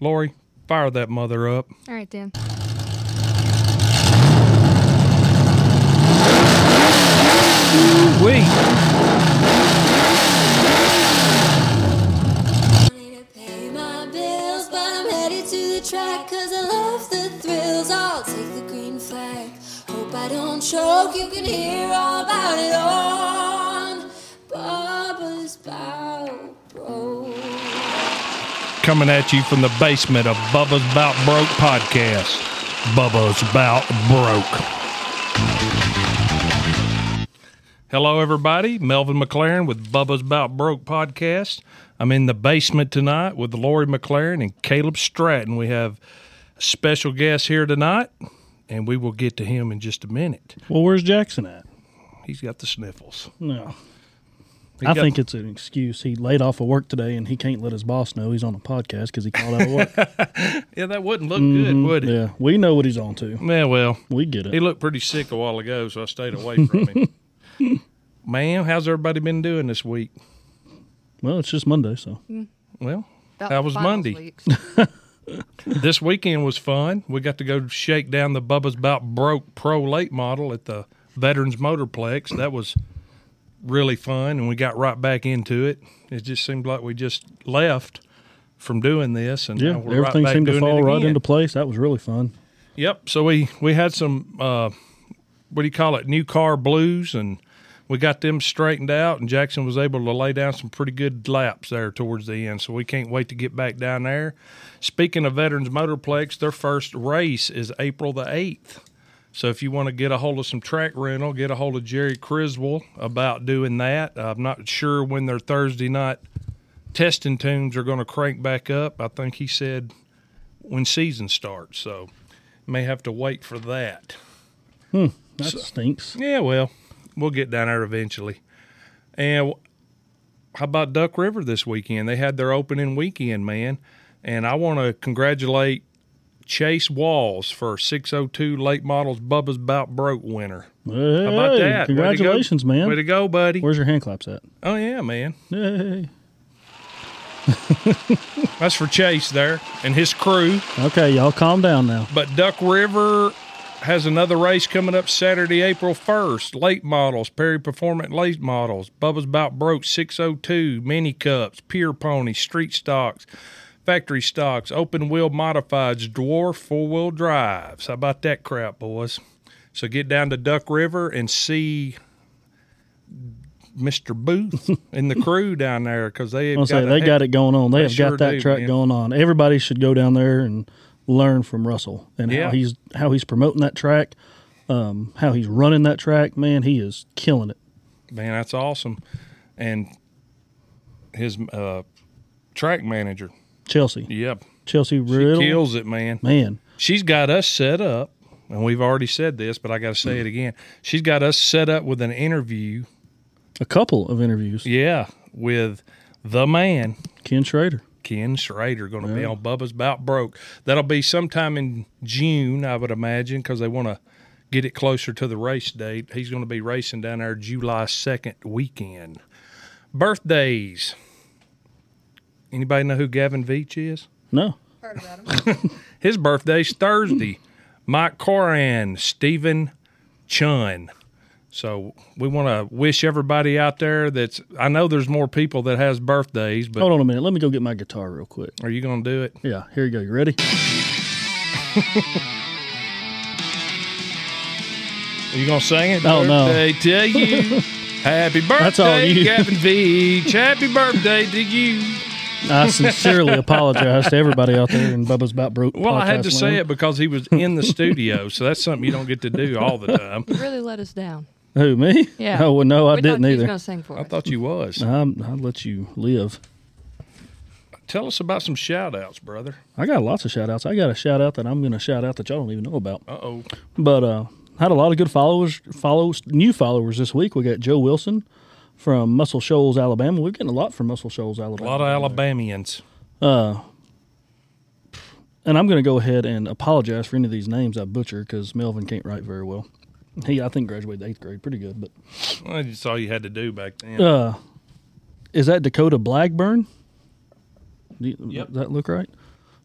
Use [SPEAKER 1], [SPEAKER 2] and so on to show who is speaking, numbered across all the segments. [SPEAKER 1] Lori, fire that mother up.
[SPEAKER 2] All right, Dan.
[SPEAKER 1] Wait.
[SPEAKER 3] I need to pay my bills, but I'm headed to the track 'cause I love the thrills. I'll take the green flag. Hope I don't choke. You can hear all about it on Barbara's Bow Bro.
[SPEAKER 1] Coming at you from the basement of Bubba's Bout Broke podcast. Bubba's Bout Broke. Hello, everybody. Melvin McLaren with Bubba's Bout Broke podcast. I'm in the basement tonight with Lori McLaren and Caleb Stratton. We have a special guest here tonight, and we will get to him in just a minute.
[SPEAKER 4] Well, where's Jackson at?
[SPEAKER 1] He's got the sniffles.
[SPEAKER 4] No.
[SPEAKER 1] He
[SPEAKER 4] I
[SPEAKER 1] got-
[SPEAKER 4] think it's an excuse. He laid off of work today and he can't let his boss know he's on a podcast because he called out of work.
[SPEAKER 1] yeah, that wouldn't look good, would it?
[SPEAKER 4] Mm-hmm. yeah, we know what he's on to.
[SPEAKER 1] yeah well,
[SPEAKER 4] We get
[SPEAKER 1] He
[SPEAKER 4] it.
[SPEAKER 1] looked pretty sick a while ago, so I stayed away from him. Ma'am, how's everybody been doing this week?
[SPEAKER 4] Well, it's just Monday, so.
[SPEAKER 1] Well,
[SPEAKER 2] About
[SPEAKER 1] That was
[SPEAKER 2] finals
[SPEAKER 1] Monday.
[SPEAKER 2] week.
[SPEAKER 1] this weekend was fun. We got to go shake down the Bubba's About Broke Pro Late model at the Veterans Motorplex. That was really fun, and we got right back into it. It just seemed like we just left from doing this, and
[SPEAKER 4] Yeah,
[SPEAKER 1] now we're
[SPEAKER 4] everything
[SPEAKER 1] right back
[SPEAKER 4] seemed to
[SPEAKER 1] doing it
[SPEAKER 4] fall right
[SPEAKER 1] again.
[SPEAKER 4] into place. That was really fun.
[SPEAKER 1] Yep. So we we had some uh, what do you call it? New car blues, and we got them straightened out. And Jackson was able to lay down some pretty good laps there towards the end. So we can't wait to get back down there. Speaking of Veterans Motorplex, their first race is April the eighth. So if you want to get a hold of some track rental, get a hold of Jerry Criswell about doing that. I'm not sure when their Thursday night testing tunes are going to crank back up. I think he said when season starts. So may have to wait for that.
[SPEAKER 4] That stinks.
[SPEAKER 1] Yeah, well, we'll get down there eventually. And w- how about Duck River this weekend? They had their opening weekend, man. And I want to congratulate Chase Walls for 602 Late Models Bubba's Bout Broke winner.
[SPEAKER 4] Hey,
[SPEAKER 1] How about that? Way to go.
[SPEAKER 4] Congratulations, man.
[SPEAKER 1] Way to go, buddy.
[SPEAKER 4] Where's your hand claps at?
[SPEAKER 1] oh, yeah, man.
[SPEAKER 4] Yay.
[SPEAKER 1] That's for Chase there and his crew.
[SPEAKER 4] Okay, y'all calm down now.
[SPEAKER 1] But Duck River has another race coming up Saturday, April 1st. Late models, Perry Performant Late models, Bubba's About Broke 602, Mini Cups, Pier Pony, Street Stocks, Factory Stocks, Open Wheel Modifieds, Dwarf Four Wheel Drives. How about that crap, boys? So get down to Duck River and see. Mr. Booth and the crew down there because they have
[SPEAKER 4] I'm gonna
[SPEAKER 1] got
[SPEAKER 4] say
[SPEAKER 1] a
[SPEAKER 4] they
[SPEAKER 1] heck-
[SPEAKER 4] got it going on. They, have
[SPEAKER 1] sure
[SPEAKER 4] got that
[SPEAKER 1] do,
[SPEAKER 4] track
[SPEAKER 1] man.
[SPEAKER 4] going on. Everybody should go down there and learn from Russell and
[SPEAKER 1] Yeah.
[SPEAKER 4] how he's how he's promoting that track, um, how he's running that track. Man, he is killing it.
[SPEAKER 1] Man, that's awesome. And his uh, track manager.
[SPEAKER 4] Chelsea,
[SPEAKER 1] Yep.
[SPEAKER 4] Chelsea
[SPEAKER 1] She
[SPEAKER 4] Riddle,
[SPEAKER 1] kills it, man.
[SPEAKER 4] man.
[SPEAKER 1] She's got us set up, and we've already said this, but I got to say it again. She's got us set up with an interview.
[SPEAKER 4] A couple of interviews.
[SPEAKER 1] Yeah, with the man,
[SPEAKER 4] Ken Schrader.
[SPEAKER 1] Ken Schrader, going to be on Bubba's About Broke. That'll be sometime in June, I would imagine, because they want to get it closer to the race date. He's going to be racing down there July 2nd weekend. Birthdays. Anybody know who Gavin Veach is?
[SPEAKER 4] No,
[SPEAKER 2] Heard about him.
[SPEAKER 1] His birthday's Thursday. Mike Coran, Stephen Chun. So we want to wish everybody out there that's. I know there's more people that has birthdays, but
[SPEAKER 4] hold on a minute. Let me go get my guitar real quick.
[SPEAKER 1] are you going to do it?
[SPEAKER 4] Yeah, here you go. You ready?
[SPEAKER 1] Are you going to sing it?
[SPEAKER 4] Oh, no.
[SPEAKER 1] birthday to you. Happy
[SPEAKER 4] all
[SPEAKER 1] birthday,
[SPEAKER 4] you.
[SPEAKER 1] Gavin Veach. Happy birthday to you.
[SPEAKER 4] I sincerely apologize to everybody out there in Bubba's About Broke.
[SPEAKER 1] Well, I had to
[SPEAKER 4] podcast
[SPEAKER 1] say it
[SPEAKER 4] land.
[SPEAKER 1] because he was in the studio, so that's something you don't get to do all the time.
[SPEAKER 2] really let us down.
[SPEAKER 4] Who me?
[SPEAKER 2] Yeah.
[SPEAKER 4] Oh well, no, I
[SPEAKER 2] we thought
[SPEAKER 4] didn't
[SPEAKER 2] he was
[SPEAKER 4] either.
[SPEAKER 2] gonna sing for
[SPEAKER 1] I
[SPEAKER 2] us.
[SPEAKER 1] thought you was.
[SPEAKER 4] I'm, I'll let you live.
[SPEAKER 1] Tell us about some shout outs, brother.
[SPEAKER 4] I got lots of shout outs. I got a shout out that I'm going to shout out that y'all don't even know about.
[SPEAKER 1] Uh oh.
[SPEAKER 4] But uh, had a lot of good followers, follows, new followers this week. We got Joe Wilson from Muscle Shoals, Alabama. We're getting a lot from Muscle Shoals,
[SPEAKER 1] A
[SPEAKER 4] Alabama.
[SPEAKER 1] lot of Alabamians.
[SPEAKER 4] and I'm going to go ahead and apologize for any of these names I butcher because Melvin can't write very well. He, I think, graduated eighth grade pretty good. But
[SPEAKER 1] Well, that's all you had to do back then.
[SPEAKER 4] uh, is that Dakota Blackburn? Do you-
[SPEAKER 1] Yep.
[SPEAKER 4] Does that look right?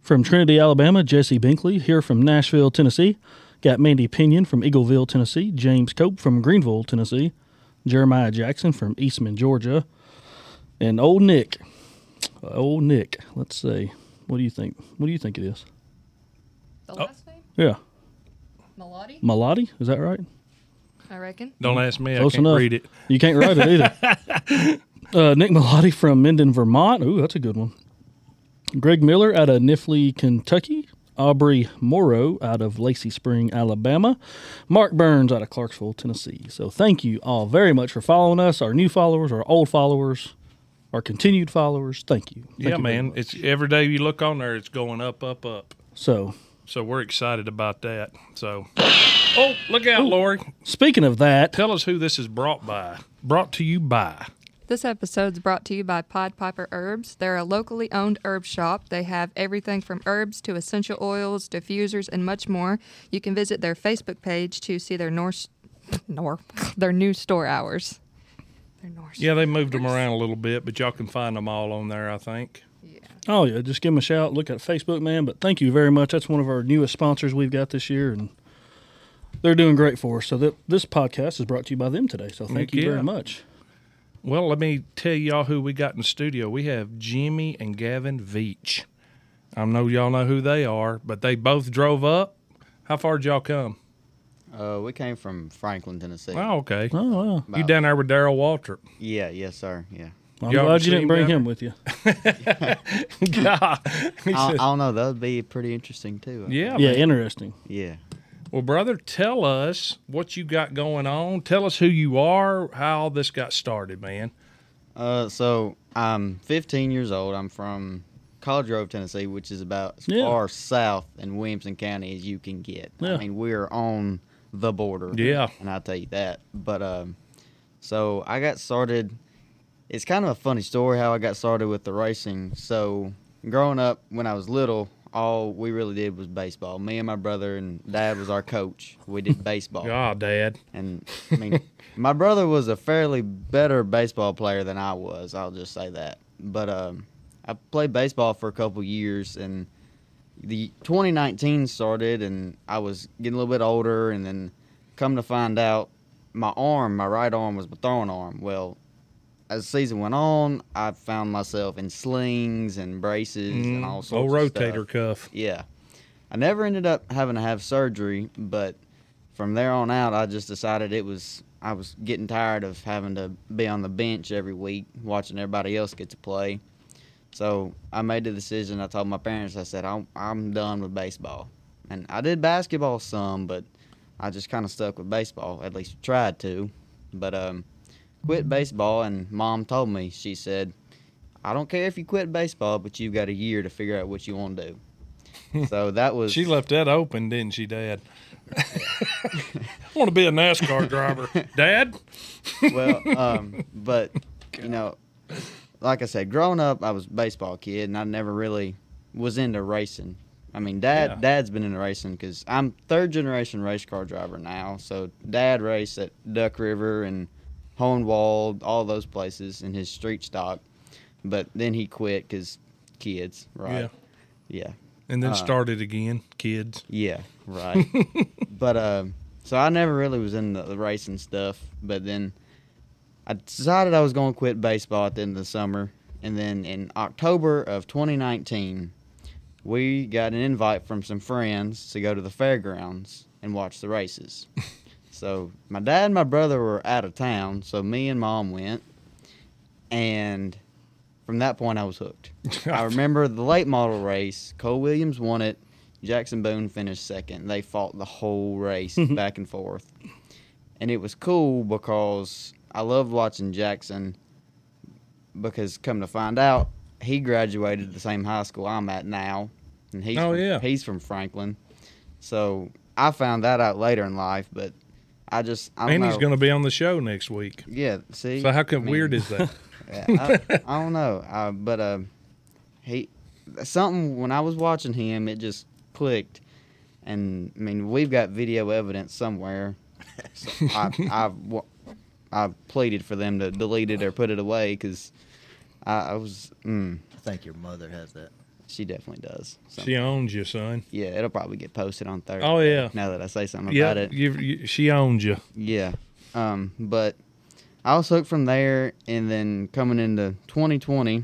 [SPEAKER 4] From Trinity, Alabama, Jesse Binkley. Here from Nashville, Tennessee. Got Mandy Pinion from Eagleville, Tennessee. James Cope from Greenville, Tennessee. Jeremiah Jackson from Eastman, Georgia. And old Nick. Uh, Old Nick. Let's see. What do you think? What do you think it is?
[SPEAKER 2] The last name?
[SPEAKER 4] Yeah.
[SPEAKER 2] Melody?
[SPEAKER 4] Malati? Is that right?
[SPEAKER 2] I reckon.
[SPEAKER 1] Don't ask me.
[SPEAKER 4] Close
[SPEAKER 1] I can't
[SPEAKER 4] enough.
[SPEAKER 1] read it.
[SPEAKER 4] You can't write it either. uh, Nick Melotti from Minden, Vermont. Ooh, that's a good one. Greg Miller out of Nifley, Kentucky. Aubrey Morrow out of Lacey Spring, Alabama. Mark Burns out of Clarksville, Tennessee. So thank you all very much for following us, our new followers, our old followers, our continued followers. Thank you. Thank
[SPEAKER 1] yeah,
[SPEAKER 4] you very
[SPEAKER 1] man.
[SPEAKER 4] much.
[SPEAKER 1] It's every day you look on there, it's going up, up, up.
[SPEAKER 4] So
[SPEAKER 1] So we're excited about that. So, oh, look out, Lori!
[SPEAKER 4] speaking of that,
[SPEAKER 1] Tell us who this is brought by. Brought to you by.
[SPEAKER 2] This episode's brought to you by Pod Piper Herbs. They're a locally owned herb shop. They have everything from herbs to essential oils, diffusers, and much more. You can visit their Facebook page to see their North, North, their new store hours. Their North.
[SPEAKER 1] Yeah, they moved them around a little bit, but y'all can find them all on there, I think.
[SPEAKER 4] Oh yeah, just give them a shout. Look at Facebook, man. But thank you very much. That's one of our newest sponsors we've got this year, and they're doing great for us. So that this podcast is brought to you by them today. So thank
[SPEAKER 1] Heck
[SPEAKER 4] you
[SPEAKER 1] yeah.
[SPEAKER 4] very much.
[SPEAKER 1] Well, let me tell y'all who we got in the studio. We have Jimmy and Gavin Veach. I know y'all know who they are, but they both drove up. How far did y'all come?
[SPEAKER 5] Uh, we came from Franklin, Tennessee.
[SPEAKER 1] Oh, okay.
[SPEAKER 4] Oh wow,
[SPEAKER 1] You down there with Daryl Waltrip.
[SPEAKER 5] Yeah, yes, sir. Yeah.
[SPEAKER 4] I'm
[SPEAKER 1] Y'all
[SPEAKER 4] glad you
[SPEAKER 1] seen
[SPEAKER 4] didn't bring
[SPEAKER 1] better?
[SPEAKER 4] him with you.
[SPEAKER 1] God.
[SPEAKER 5] I, I don't know. That would be pretty interesting too. I
[SPEAKER 1] Yeah.
[SPEAKER 5] think.
[SPEAKER 4] yeah,
[SPEAKER 1] man.
[SPEAKER 4] interesting.
[SPEAKER 5] Yeah.
[SPEAKER 1] Well, brother, tell us what you got going on. Tell us who you are, how all this got started, man.
[SPEAKER 5] Uh, so I'm 15 years old. I'm from College Grove, Tennessee, which is about as
[SPEAKER 4] Yeah.
[SPEAKER 5] far south in Williamson County as you can get.
[SPEAKER 4] Yeah.
[SPEAKER 5] I mean, we're on the border.
[SPEAKER 1] Yeah.
[SPEAKER 5] And I'll tell you that. But um, so I got started. It's kind of a funny story how I got started with the racing. So growing up, when I was little, all we really did was baseball. Me and my brother and dad was our coach. We did baseball.
[SPEAKER 1] God, Dad.
[SPEAKER 5] And I mean, my brother was a fairly better baseball player than I was. I'll just say that. But um, I played baseball for a couple years, and the 2019 started, and I was getting a little bit older, and then come to find out, my arm, my right arm, was my throwing arm. Well, as the season went on, I found myself in slings and braces and all
[SPEAKER 1] Oh,
[SPEAKER 5] sorts. of
[SPEAKER 1] rotator
[SPEAKER 5] stuff.
[SPEAKER 1] cuff.
[SPEAKER 5] Yeah. I never ended up having to have surgery, but from there on out, I just decided it was I was getting tired of having to be on the bench every week watching everybody else get to play. So I made the decision. I told my parents. I said I'm I'm done with baseball, and I did basketball some, but I just kind of stuck with baseball. At least tried to, but um, quit baseball. And mom told me she said, I don't care if you quit baseball, but you've got a year to figure out what you want to do. so that was
[SPEAKER 1] She left that open, didn't she, Dad? I want to be a NASCAR driver. Dad?
[SPEAKER 5] well, um, but you know, like I said, growing up, I was a baseball kid, and I never really was into racing. I mean, dad,
[SPEAKER 1] Yeah.
[SPEAKER 5] dad's been into racing because I'm third generation race car driver now. So dad raced at Duck River and Hohenwald, all those places in his street stock, but then he quit because kids, right? Yeah. yeah.
[SPEAKER 1] And then started again, kids.
[SPEAKER 5] Yeah, right. but um, so I never really was into the racing stuff. But then I decided I was going to quit baseball at the end of the summer. And then in October of 2019, we got an invite from some friends to go to the fairgrounds and watch the races. so my dad and my brother were out of town, so me and mom went. And from that point, I was hooked. I remember the late model race. Cole Williams won it. Jackson Boone finished second. They fought the whole race back and forth. And it was cool because I loved watching Jackson because come to find out, he graduated the same high school I'm at now. And he's
[SPEAKER 1] Oh,
[SPEAKER 5] from,
[SPEAKER 1] yeah.
[SPEAKER 5] he's from Franklin. So I found that out later in life, but I just I don't
[SPEAKER 1] And
[SPEAKER 5] know.
[SPEAKER 1] he's going to be on the show next week.
[SPEAKER 5] Yeah, see.
[SPEAKER 1] So how come
[SPEAKER 5] I mean,
[SPEAKER 1] weird is that?
[SPEAKER 5] yeah, I, I don't know, uh, but uh, he something when I was watching him, it just clicked, and I mean we've got video evidence somewhere. So I, I've wa- I've pleaded for them to delete it or put it away because I, I was mm,
[SPEAKER 6] I think your mother has that.
[SPEAKER 5] She definitely does. So,
[SPEAKER 1] She owns you, son.
[SPEAKER 5] yeah, it'll probably get posted on Thursday.
[SPEAKER 1] Oh, yeah.
[SPEAKER 5] Now that I say something
[SPEAKER 1] Yeah,
[SPEAKER 5] about it.
[SPEAKER 1] you, you, she owns you.
[SPEAKER 5] Yeah. Um, but I was hooked from there, and then coming into 2020,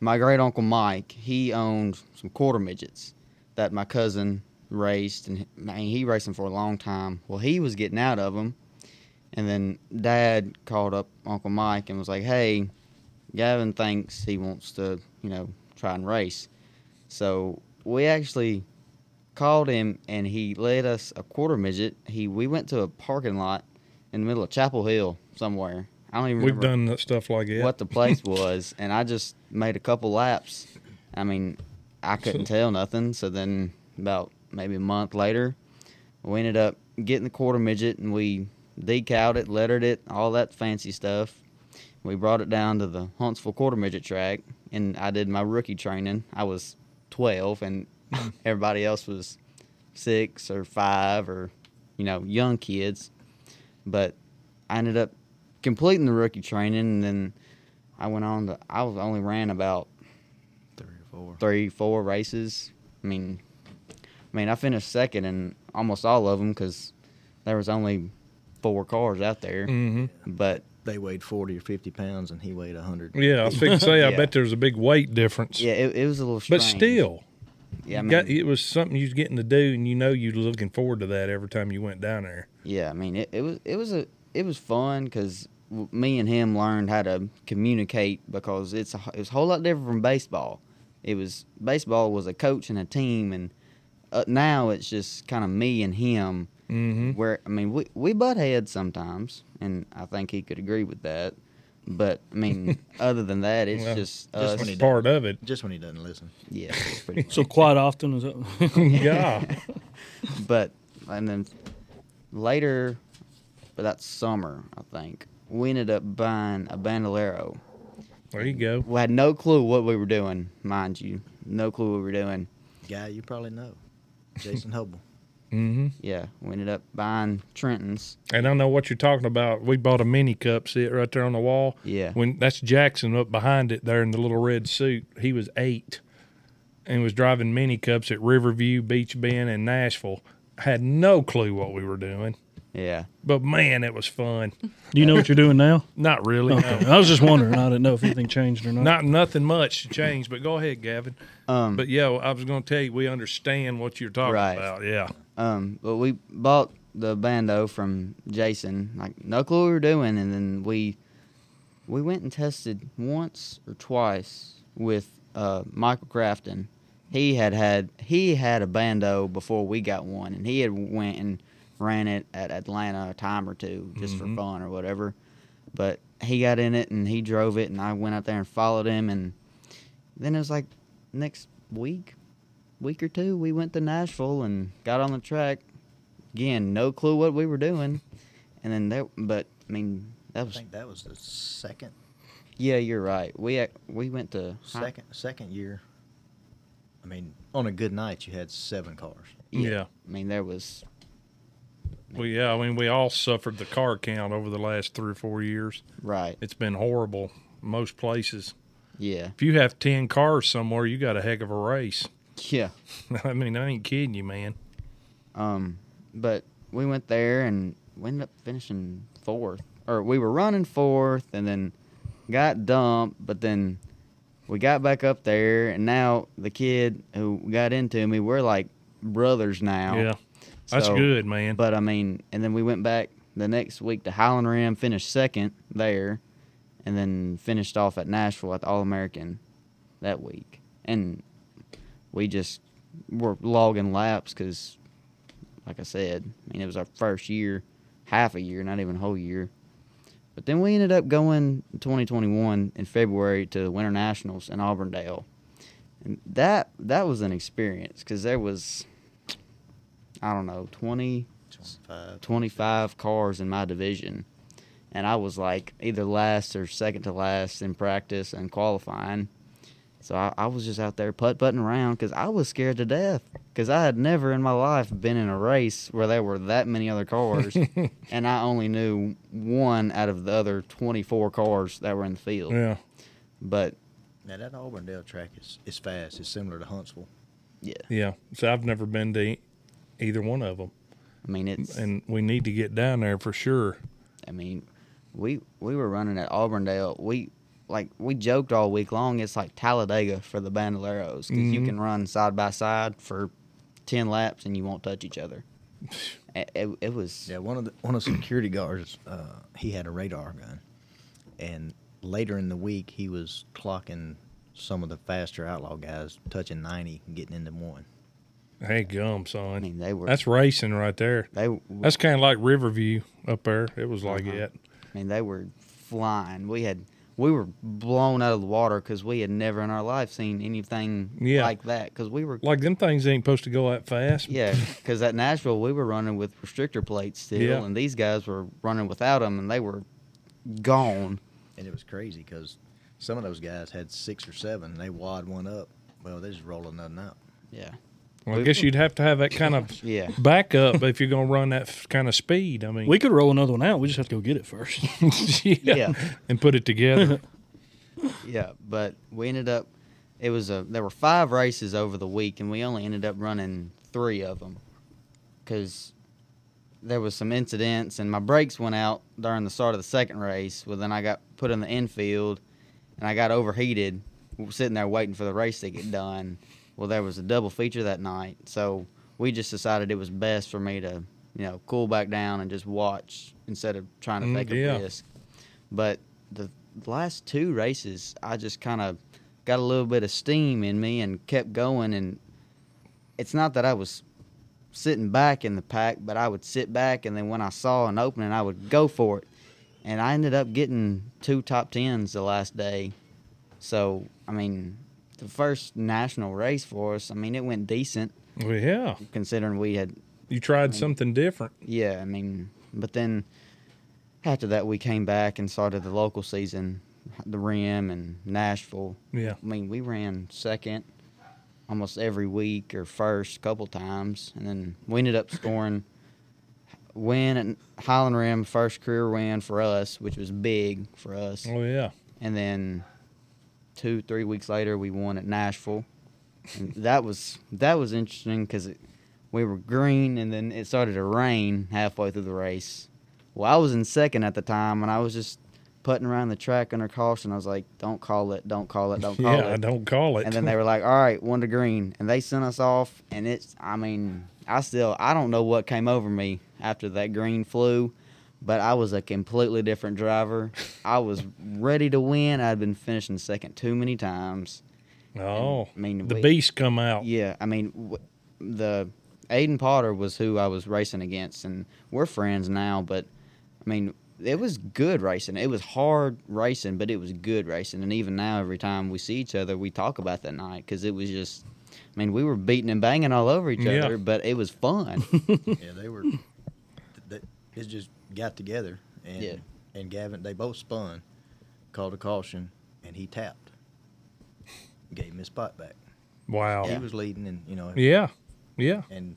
[SPEAKER 5] my great uncle Mike he owned some quarter midgets that my cousin raced, and man, he raced them for a long time. Well, he was getting out of them, and then Dad called up Uncle Mike and was like, "Hey, Gavin thinks he wants to, you know, try and race." So we actually called him and he led us a quarter midget. He we went to a parking lot in the middle of Chapel Hill somewhere. I don't even
[SPEAKER 1] We've
[SPEAKER 5] remember
[SPEAKER 1] done that stuff like that.
[SPEAKER 5] what the place was, and I just made a couple laps. I mean, I couldn't tell nothing. So then, about maybe a month later, we ended up getting the quarter midget, and we decaled it, lettered it, all that fancy stuff. We brought it down to the Huntsville quarter midget track, and I did my rookie training. I was 12, and everybody else was six or five or, you know, young kids. But I ended up completing the rookie training, and then I went on to I was only ran about
[SPEAKER 6] Three or four.
[SPEAKER 5] three, four races. I mean, I mean I finished second in almost all of them because there was only four cars out there.
[SPEAKER 1] hmm
[SPEAKER 6] Mm-hmm.
[SPEAKER 5] But
[SPEAKER 6] They weighed 40 or 50 pounds, and he weighed 100.
[SPEAKER 1] Yeah, I was fixing to say, I
[SPEAKER 5] Yeah.
[SPEAKER 1] bet there's a big weight difference.
[SPEAKER 5] yeah, it, it was a little.
[SPEAKER 1] But
[SPEAKER 5] Strange.
[SPEAKER 1] still,
[SPEAKER 5] yeah, I mean,
[SPEAKER 1] got, it was something you was getting to do, and you know you were looking forward to that every time you went down there.
[SPEAKER 5] Yeah, I mean it, it was it was a it was fun because me and him learned how to communicate because it's a, wh- it was a whole lot different from baseball. It was baseball was a coach and a team, and uh, now it's just kind of me and him.
[SPEAKER 1] Mhm.
[SPEAKER 5] Where I mean we we butt heads sometimes, and I think he could agree with that. But I mean, other than that, it's
[SPEAKER 1] Well,
[SPEAKER 5] just
[SPEAKER 6] just
[SPEAKER 5] us.
[SPEAKER 6] when he
[SPEAKER 1] It's part of it.
[SPEAKER 6] Just when he doesn't listen.
[SPEAKER 5] yeah, it's pretty much.
[SPEAKER 4] So quite often is that
[SPEAKER 1] yeah.
[SPEAKER 5] but and then later, but that's summer, I think. We ended up buying a bandolero.
[SPEAKER 1] There you go.
[SPEAKER 5] We had no clue what we were doing, mind you. No clue what we were doing.
[SPEAKER 6] Guy you probably know, Jason Hubble.
[SPEAKER 1] hmm
[SPEAKER 5] Yeah, we ended up buying Trenton's.
[SPEAKER 1] And I know what you're talking about. We bought a mini cup, see it right there on the wall.
[SPEAKER 5] Yeah.
[SPEAKER 1] When that's Jackson up behind it there in the little red suit. He was eight and was driving mini cups at Riverview, Beach Bend, and Nashville. Had no clue what we were doing.
[SPEAKER 5] Yeah,
[SPEAKER 1] But man, it was fun.
[SPEAKER 4] Do you know what you're doing now?
[SPEAKER 1] Not really. no.
[SPEAKER 4] I was just wondering. I didn't know if anything changed or not.
[SPEAKER 1] Not nothing much changed, but go ahead, Gavin.
[SPEAKER 5] Um,
[SPEAKER 1] but yeah, I was going to tell you we understand what you're talking
[SPEAKER 5] Right.
[SPEAKER 1] about. Yeah,
[SPEAKER 5] um, but we bought the bando from Jason. Like no clue what we were doing, and then we we went and tested once or twice with uh, Michael Crafton. He had had he had a bando before we got one, and he had went and ran it at Atlanta a time or two just for fun or whatever. But he got in it and he drove it, and I went out there and followed him. And then it was like next week, week or two, we went to Nashville and got on the track. Again, no clue what we were doing, and then that. But I mean, that
[SPEAKER 6] I
[SPEAKER 5] was
[SPEAKER 6] think that was the second
[SPEAKER 5] yeah, you're right. We ac- we went to hi-
[SPEAKER 6] second second year. I mean, on a good night, you had seven cars.
[SPEAKER 1] Yeah.
[SPEAKER 5] I mean, there was
[SPEAKER 1] well, yeah. I mean, we all suffered the car count over the last three or four years.
[SPEAKER 5] right.
[SPEAKER 1] It's been horrible. Most places,
[SPEAKER 5] Yeah,
[SPEAKER 1] if you have ten cars somewhere, you got a heck of a race.
[SPEAKER 5] yeah.
[SPEAKER 1] I mean, I ain't kidding you, man.
[SPEAKER 5] Um, but we went there and we ended up finishing fourth, or we were running fourth, and then got dumped. But then we got back up there, and now the kid who got into me, we're like brothers now.
[SPEAKER 1] Yeah, that's
[SPEAKER 5] So-
[SPEAKER 1] good, man.
[SPEAKER 5] But I mean, and then we went back the next week to Highland Rim, finished second there, and then finished off at Nashville at the All American that week. And we just were logging laps because, like I said, I mean, it was our first year, half a year, not even a whole year. But then we ended up going in 2021 in February to the Winter Nationals in Auburndale. And that that was an experience because there was, I don't know, 20,
[SPEAKER 6] 25.
[SPEAKER 5] 25 cars in my division. And I was like either last or second to last in practice and qualifying. So I, I was just out there putt putting around because I was scared to death because I had never in my life been in a race where there were that many other cars. and I only knew one out of the other 24 cars that were in the field.
[SPEAKER 1] yeah,
[SPEAKER 5] But
[SPEAKER 6] Now that Auburndale track is, is fast. It's similar to Huntsville.
[SPEAKER 5] Yeah,
[SPEAKER 1] Yeah. So I've never been to e- either one of them,
[SPEAKER 5] I mean it's.
[SPEAKER 1] and we need to get down there for sure.
[SPEAKER 5] I mean, we we were running at Auburndale. We like we joked all week long. It's like Talladega for the Bandoleros because
[SPEAKER 1] Mm-hmm.
[SPEAKER 5] you can run side by side for ten laps and you won't touch each other. it, it, it was
[SPEAKER 6] Yeah, one of the one of the security guards, uh, he had a radar gun, and later in the week he was clocking some of the faster outlaw guys touching ninety, and getting into one.
[SPEAKER 1] Hey, gum, son.
[SPEAKER 5] I mean, they were-
[SPEAKER 1] That's racing right there.
[SPEAKER 5] they.
[SPEAKER 1] That's kind of like Riverview up there. It was like
[SPEAKER 5] Uh-huh.
[SPEAKER 1] it.
[SPEAKER 5] I mean, they were flying. We had we were blown out of the water because we had never in our life seen anything
[SPEAKER 1] Yeah.
[SPEAKER 5] like that. Because we were
[SPEAKER 1] Like them things ain't supposed to go that fast.
[SPEAKER 5] Yeah, because at Nashville we were running with restrictor plates still,
[SPEAKER 1] Yeah.
[SPEAKER 5] and these guys were running without them, and they were gone.
[SPEAKER 6] And it was crazy because some of those guys had six or seven, and they wad one up. Well, they just roll another out.
[SPEAKER 5] Yeah,
[SPEAKER 1] Well, I guess you'd have to have that kind of
[SPEAKER 5] Yeah.
[SPEAKER 1] backup if you're going to run that f- kind of speed. I mean,
[SPEAKER 4] We could roll another one out. We just have to go get it first.
[SPEAKER 1] yeah,
[SPEAKER 5] Yeah.
[SPEAKER 1] and put it together.
[SPEAKER 5] yeah. But we ended up. It was a. There were five races over the week, and we only ended up running three of them, because there was some incidents, and my brakes went out during the start of the second race. Well, then I got put in the infield, and I got overheated, We were sitting there waiting for the race to get done. Well, there was a double feature that night, so we just decided it was best for me to, you know, cool back down and just watch instead of trying to
[SPEAKER 1] Mm,
[SPEAKER 5] take
[SPEAKER 1] yeah.
[SPEAKER 5] a risk. But the last two races, I just kind of got a little bit of steam in me and kept going. And it's not that I was sitting back in the pack, but I would sit back, and then when I saw an opening, I would go for it. And I ended up getting two top tens the last day. So, I mean, the first national race for us, I mean, it went decent
[SPEAKER 1] well, yeah,
[SPEAKER 5] considering we had
[SPEAKER 1] you tried something different.
[SPEAKER 5] yeah, I mean, but then after that, we came back and started the local season, the Rim and Nashville.
[SPEAKER 1] Yeah.
[SPEAKER 5] I mean, we ran second almost every week or first a couple times, and then we ended up scoring win at Highland Rim, first career win for us, which was big for us.
[SPEAKER 1] Oh yeah,
[SPEAKER 5] And then two, three weeks later, we won at Nashville. And that was that was interesting because we were green, and then it started to rain halfway through the race. Well, I was in second at the time, and I was just putting around the track under caution. I was like, "Don't call it! Don't call it! Don't call
[SPEAKER 1] yeah. I
[SPEAKER 5] it!"
[SPEAKER 1] don't call it.
[SPEAKER 5] And then they were like, "All right, one to green," and they sent us off. And it's, I mean, I still, I don't know what came over me after that green flew, but I was a completely different driver. I was ready to win. I'd been finishing second too many times.
[SPEAKER 1] oh,
[SPEAKER 5] I mean,
[SPEAKER 1] the
[SPEAKER 5] we-
[SPEAKER 1] beast come out.
[SPEAKER 5] Yeah, I mean, w- the Aiden Potter was who I was racing against, and we're friends now. But I mean, it was good racing. It was hard racing, but it was good racing. And even now, every time we see each other, we talk about that night because it was just. I mean, we were beating and banging all over each
[SPEAKER 1] Yeah.
[SPEAKER 5] other, but it was fun.
[SPEAKER 6] yeah, they were. th- th- It just got together, and
[SPEAKER 5] Yeah.
[SPEAKER 6] and Gavin, they both spun, called a caution, and he tapped. Gave him his spot back.
[SPEAKER 1] Wow.
[SPEAKER 6] He
[SPEAKER 1] Yeah.
[SPEAKER 6] was leading, and you know,
[SPEAKER 1] yeah,
[SPEAKER 6] and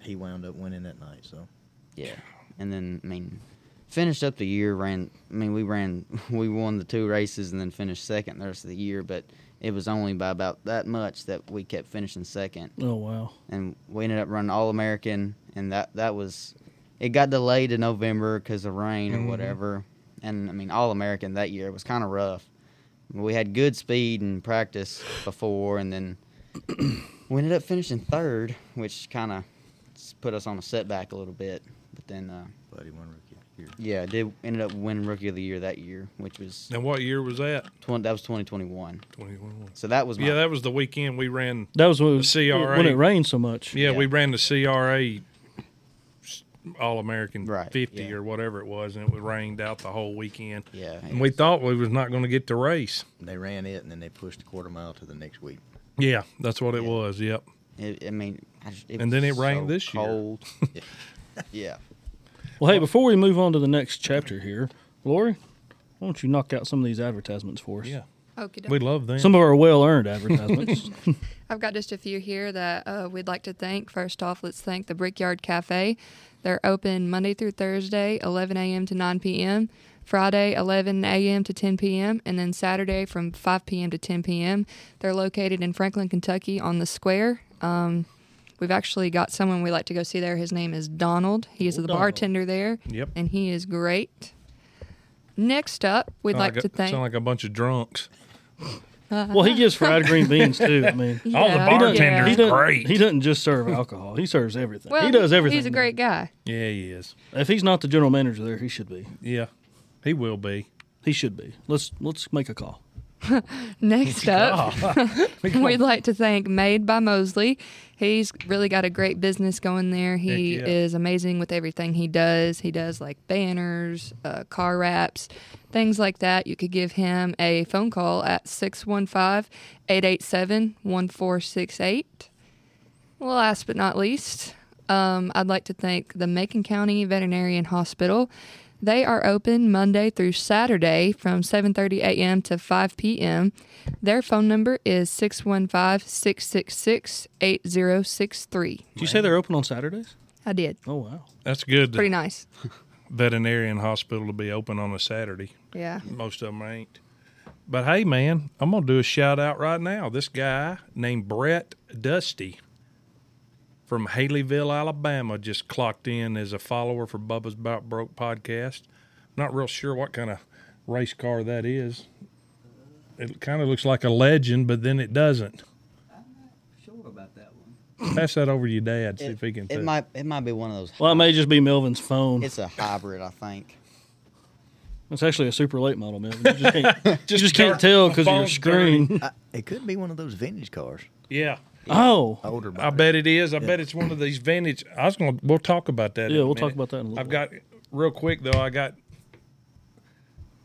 [SPEAKER 6] he wound up winning that night. So
[SPEAKER 5] yeah, and then I mean, finished up the year. Ran. I mean, we ran. We won the two races and then finished second the rest of the year. But it was only by about that much that we kept finishing second.
[SPEAKER 4] oh wow.
[SPEAKER 5] and we ended up running All American, and that that was it got delayed to November because of rain
[SPEAKER 1] Mm-hmm.
[SPEAKER 5] or whatever. And I mean, All American that year was kind of rough. We had good speed and practice before, and then we ended up finishing third, which kind of put us on a setback a little bit. But then, uh,
[SPEAKER 6] Buddy won rookie of the year.
[SPEAKER 5] yeah, did ended up winning Rookie of the Year that year, which was
[SPEAKER 1] And what year was that?
[SPEAKER 5] 20, that was 2021.
[SPEAKER 1] 2021.
[SPEAKER 5] So that was my,
[SPEAKER 1] Yeah, that was the weekend we ran.
[SPEAKER 4] That was when it, was,
[SPEAKER 1] The CRA.
[SPEAKER 4] when it rained so much.
[SPEAKER 1] Yeah,
[SPEAKER 5] Yeah.
[SPEAKER 1] we ran the CRA All American
[SPEAKER 5] Right,
[SPEAKER 1] 50
[SPEAKER 5] yeah.
[SPEAKER 1] or whatever it was, and it was rained out the whole weekend.
[SPEAKER 5] yeah.
[SPEAKER 1] And we thought we was not going to get the race.
[SPEAKER 6] They ran it, and then they pushed a quarter mile to the next week.
[SPEAKER 1] Yeah, that's what it was. Yep.
[SPEAKER 5] It, I mean, I just, it
[SPEAKER 1] And then
[SPEAKER 5] was
[SPEAKER 1] it rained
[SPEAKER 5] so
[SPEAKER 1] this year.
[SPEAKER 5] cold. yeah.
[SPEAKER 4] Well, hey, before we move on to the next chapter here, Lori, why don't you knock out some of these advertisements for us?
[SPEAKER 1] Yeah.
[SPEAKER 2] Okey-doke.
[SPEAKER 1] We love them.
[SPEAKER 4] Some of our well earned advertisements.
[SPEAKER 2] I've got just a few here that uh, we'd like to thank. First off, let's thank the Brickyard Cafe. They're open Monday through Thursday, 11 a.m. to 9 p.m. Friday, 11 a.m. to 10 p.m., and then Saturday from 5 p.m. to 10 p.m. They're located in Franklin, Kentucky on the square. Um, we've actually got someone we like to go see there. His name is Donald. He is the
[SPEAKER 4] Donald.
[SPEAKER 2] bartender there,
[SPEAKER 1] Yep.
[SPEAKER 2] and he is great. Next up, we'd
[SPEAKER 1] Sound
[SPEAKER 2] like
[SPEAKER 1] like
[SPEAKER 2] to
[SPEAKER 1] a-
[SPEAKER 2] thank.
[SPEAKER 1] Sound like a bunch of drunks.
[SPEAKER 4] Well, he gives fried green beans too. I mean,
[SPEAKER 1] All the
[SPEAKER 2] Yeah.
[SPEAKER 4] He doesn't-
[SPEAKER 1] bartenders
[SPEAKER 4] he doesn't-
[SPEAKER 1] great.
[SPEAKER 4] He doesn't just serve alcohol. He serves everything.
[SPEAKER 2] well,
[SPEAKER 4] he does everything.
[SPEAKER 2] He's a great guy.
[SPEAKER 1] yeah, he is.
[SPEAKER 4] If he's not the general manager there, he should be.
[SPEAKER 1] Yeah, he will be.
[SPEAKER 4] He should be. Let's let's make a call.
[SPEAKER 2] Next up, we'd like to thank Made by Mosley. He's really got a great business going there. He
[SPEAKER 1] Heck yeah.
[SPEAKER 2] is amazing with everything he does. He does like banners, uh, car wraps, things like that. You could give him a phone call at 615 887 1468. Last but not least, um, I'd like to thank the Macon County Veterinarian Hospital. They are open Monday through Saturday from 7:30 a.m. to 5 p.m. Their phone number is 615-666-8063.
[SPEAKER 4] Do you say they're open on Saturdays?
[SPEAKER 2] I did.
[SPEAKER 4] Oh wow.
[SPEAKER 1] That's good.
[SPEAKER 2] Pretty nice.
[SPEAKER 1] veterinarian hospital to be open on a Saturday.
[SPEAKER 2] Yeah.
[SPEAKER 1] Most of them ain't. But hey, man, I'm gonna do a shout out right now. This guy named Brett Dusty from Haleyville, Alabama, just clocked in as a follower for Bubba's About Broke podcast. Not real sure what kind of race car that is. It kind of looks like a legend, but then it doesn't.
[SPEAKER 6] Sure about that one.
[SPEAKER 1] Pass that over to your dad. See
[SPEAKER 5] It,
[SPEAKER 1] if he can.
[SPEAKER 5] it
[SPEAKER 1] tell.
[SPEAKER 5] might it might be one of those.
[SPEAKER 4] Well, it may just be Melvin's phone. It's,
[SPEAKER 5] It's a hybrid, I think.
[SPEAKER 4] actually a super late model, Melvin. You just can't, you just can't tell because of your
[SPEAKER 1] phone's dirty.
[SPEAKER 4] screen.
[SPEAKER 6] it could be one of those vintage cars,
[SPEAKER 1] Yeah.
[SPEAKER 4] Oh,
[SPEAKER 6] older.
[SPEAKER 1] I
[SPEAKER 6] model.
[SPEAKER 1] bet it is. I bet it's one of these vintage. I was gonna. We'll talk about that. in
[SPEAKER 4] Yeah,
[SPEAKER 1] a
[SPEAKER 4] we'll
[SPEAKER 1] minute.
[SPEAKER 4] talk about that in a little
[SPEAKER 1] I've got real quick though. I got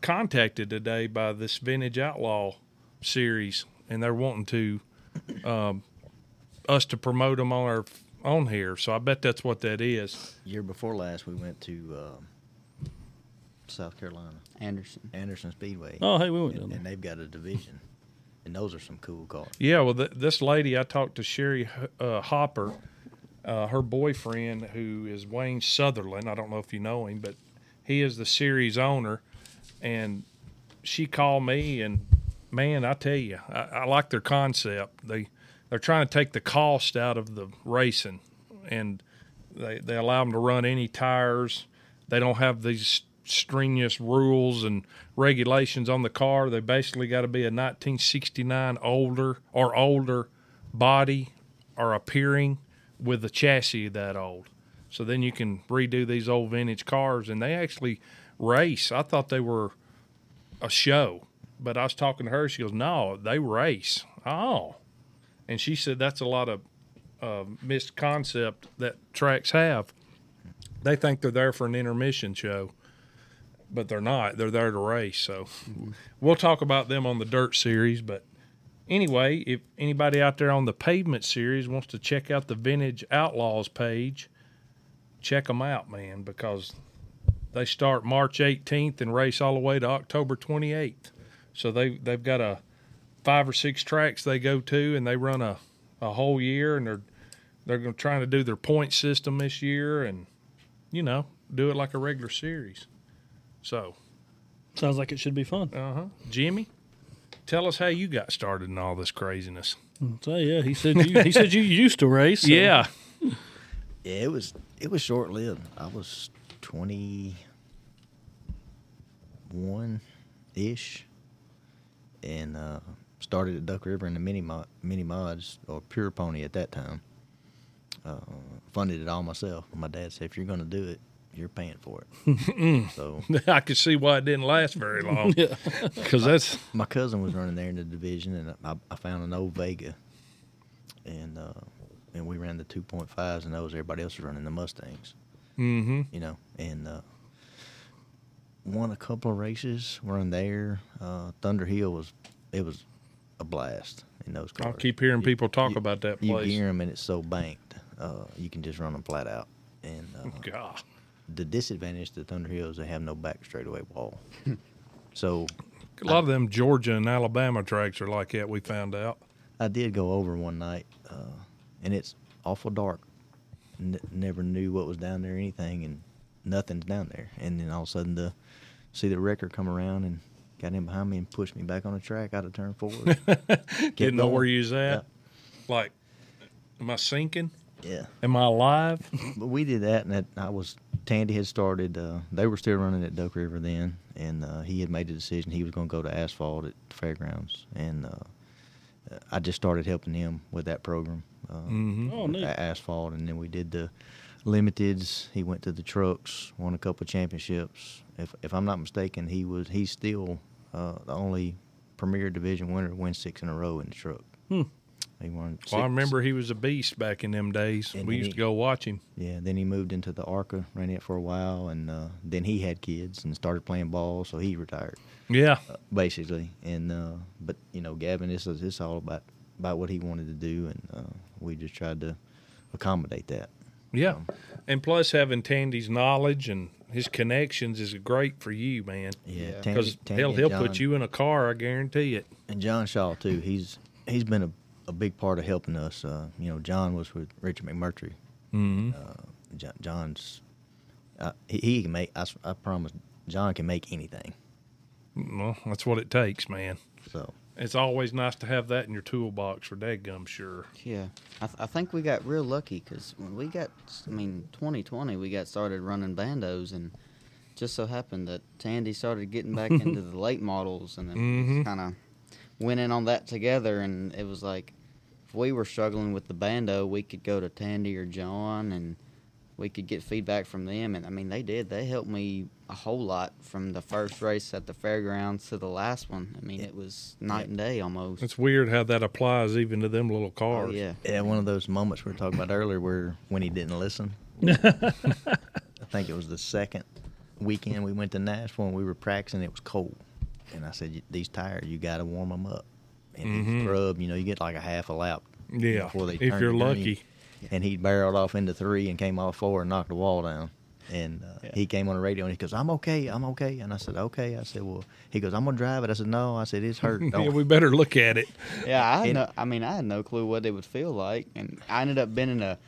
[SPEAKER 1] contacted today by this vintage outlaw series, and they're wanting to um, us to promote them on our on here. So I bet that's what that is.
[SPEAKER 6] Year before last, we went to um, South Carolina,
[SPEAKER 5] Anderson.
[SPEAKER 6] Anderson Speedway.
[SPEAKER 4] oh, hey, we went down
[SPEAKER 6] and,
[SPEAKER 4] there.
[SPEAKER 6] and they've got a division, and those are some cool cars.
[SPEAKER 1] Yeah, well, th- this lady I talked to Sherry uh, Hopper, uh, her boyfriend who is Wayne Sutherland. I don't know if you know him, but he is the series owner, and she called me and man, I tell you, I, I like their concept. They they're trying to take the cost out of the racing, and they they allow them to run any tires. They don't have these strenuous rules and regulations on the car. They basically got to be a 1969 older or older body or appearing with a chassis that old. So then you can redo these old vintage cars, and they actually race. I thought they were a show. But I was talking to her. She goes, "No, they race." Oh, and she said that's a lot of uh, misconcept that tracks have. They think they're there for an intermission show, but they're not. They're there to race. So we'll talk about them on the dirt series. But anyway, if anybody out there on the pavement series wants to check out the Vintage Outlaws page, check them out, man, because they start March 18th and race all the way to October 28th. So they they've got a five or six tracks they go to and they run a, a whole year and they're they're going to trying to do their point system this year and you know do it like a regular series. So
[SPEAKER 4] Sounds like it should be fun.
[SPEAKER 1] Oh. Jimmy, tell us how you got started in all this craziness.
[SPEAKER 4] So yeah, he said you, he said you used to race. so-
[SPEAKER 1] Yeah,
[SPEAKER 6] Yeah, it was it was short lived. I was twenty one ish, and uh, started at Duck River in the mini mod, mini mods or pure pony at that time. Uh, funded it all myself. My dad said, "If you're going to do it, you're paying for it." so
[SPEAKER 1] I could see why it didn't last very long.
[SPEAKER 4] Yeah.
[SPEAKER 1] because that's
[SPEAKER 6] my cousin was running there in the division, and I, I found an old Vega, and uh, and we ran the two point fives, and those everybody else was running the Mustangs.
[SPEAKER 1] mm-hmm.
[SPEAKER 6] you know, and uh, won a couple of races. Run there. Uh, Thunder Hill was it was a blast in those cars.
[SPEAKER 1] I'll keep hearing people talk about that
[SPEAKER 6] you
[SPEAKER 1] place.
[SPEAKER 6] gear them and it's so banked, uh, you can just run them flat out. And uh,
[SPEAKER 1] God,
[SPEAKER 6] the disadvantage to Thunder Hill is they have no back straightaway wall. so
[SPEAKER 1] a lot of them Georgia and Alabama tracks are like that. We found out.
[SPEAKER 6] I did go over one night, uh, and it's awful dark. N- never knew what was down there, or anything, and nothing's down there. And then all of a sudden, the see the wrecker come around and got in behind me and pushed me back on the track out of turn four. Kept
[SPEAKER 1] Didn't know
[SPEAKER 6] going.
[SPEAKER 1] where you was at. Like, am I sinking?
[SPEAKER 6] Yeah.
[SPEAKER 1] Am I alive?
[SPEAKER 6] But we did that, and that I was Tandy had started. Uh, they were still running at Duck River then, and uh, he had made the decision he was going to go to asphalt at the fairgrounds, and uh, I just started helping him with that program. Uh,
[SPEAKER 4] Oh, neat.
[SPEAKER 6] a- asphalt, and then we did the limiteds. He went to the trucks, won a couple championships. If if I'm not mistaken, he was he's still uh, the only premier division winner to win six in a row in the truck.
[SPEAKER 4] Hmm.
[SPEAKER 6] He won.
[SPEAKER 1] Well, I
[SPEAKER 6] six-
[SPEAKER 1] remember he was a beast back in them days.
[SPEAKER 6] And
[SPEAKER 1] we
[SPEAKER 6] he-
[SPEAKER 1] used to go watch him.
[SPEAKER 6] Yeah, then he moved into the ARCA, ran it for a while, and uh, then he had kids and started playing ball, so he retired
[SPEAKER 1] Yeah.
[SPEAKER 6] basically. And uh, but you know, Gavin, this is this all about about what he wanted to do, and uh, we just tried to accommodate that.
[SPEAKER 1] Yeah.
[SPEAKER 6] Um,
[SPEAKER 1] And plus, having Tandy's knowledge and his connections is great for you, man.
[SPEAKER 6] Yeah,
[SPEAKER 5] Yeah.
[SPEAKER 6] Tandy-
[SPEAKER 1] Because
[SPEAKER 6] Tandy
[SPEAKER 1] hell,
[SPEAKER 6] and
[SPEAKER 1] he'll
[SPEAKER 6] John-
[SPEAKER 1] put you in a car, I guarantee it.
[SPEAKER 6] and John Shaw too. He's he's been a, a big part of helping us. Uh, you know, John was with Richard McMurtry.
[SPEAKER 1] Mm-hmm.
[SPEAKER 6] John, John's uh, he, he can make. I, s- I promise, John can make anything.
[SPEAKER 1] Well, that's what it takes, man.
[SPEAKER 6] So
[SPEAKER 1] It's always nice to have that in your toolbox for dadgum sure.
[SPEAKER 5] Yeah, I, th- I think we got real lucky because when we got, I mean, 2020, we got started running bandos, and just so happened that Tandy started getting back into the late models, and then
[SPEAKER 1] Mhm.
[SPEAKER 5] kind of went in on that together, and it was like, if we were struggling with the bando, we could go to Tandy or John, and we could get feedback from them, and I mean, they did. They helped me a whole lot from the first race at the fairgrounds to the last one. I mean, it was night and day almost.
[SPEAKER 1] It's weird how that applies even to them little cars.
[SPEAKER 5] Oh, yeah.
[SPEAKER 6] yeah, one of those moments we were talking about earlier, where when he didn't listen. I think it was the second weekend we went to Nashville and we were practicing. It was cold, and I said, "These tires, you got to warm them up." And he'd scrub, you know, you get like a half a lap.
[SPEAKER 1] Mm-hmm. Yeah,
[SPEAKER 6] before they
[SPEAKER 1] if
[SPEAKER 6] turned
[SPEAKER 1] you're
[SPEAKER 6] green.
[SPEAKER 1] lucky.
[SPEAKER 6] And he barreled off into three and came off four and knocked the wall down. And uh,
[SPEAKER 5] Yeah.
[SPEAKER 6] he came on the radio and he goes, "I'm okay, I'm okay." And I said, "Okay." I said, "Well," he goes, "I'm gonna drive it." I said, "No," I said, "It's hurt."
[SPEAKER 1] Yeah,
[SPEAKER 5] Oh.
[SPEAKER 6] Don't-
[SPEAKER 1] we better look at it.
[SPEAKER 5] Yeah, I had
[SPEAKER 6] And-
[SPEAKER 5] no, I mean, I had no clue what it would feel like, and I ended up bending a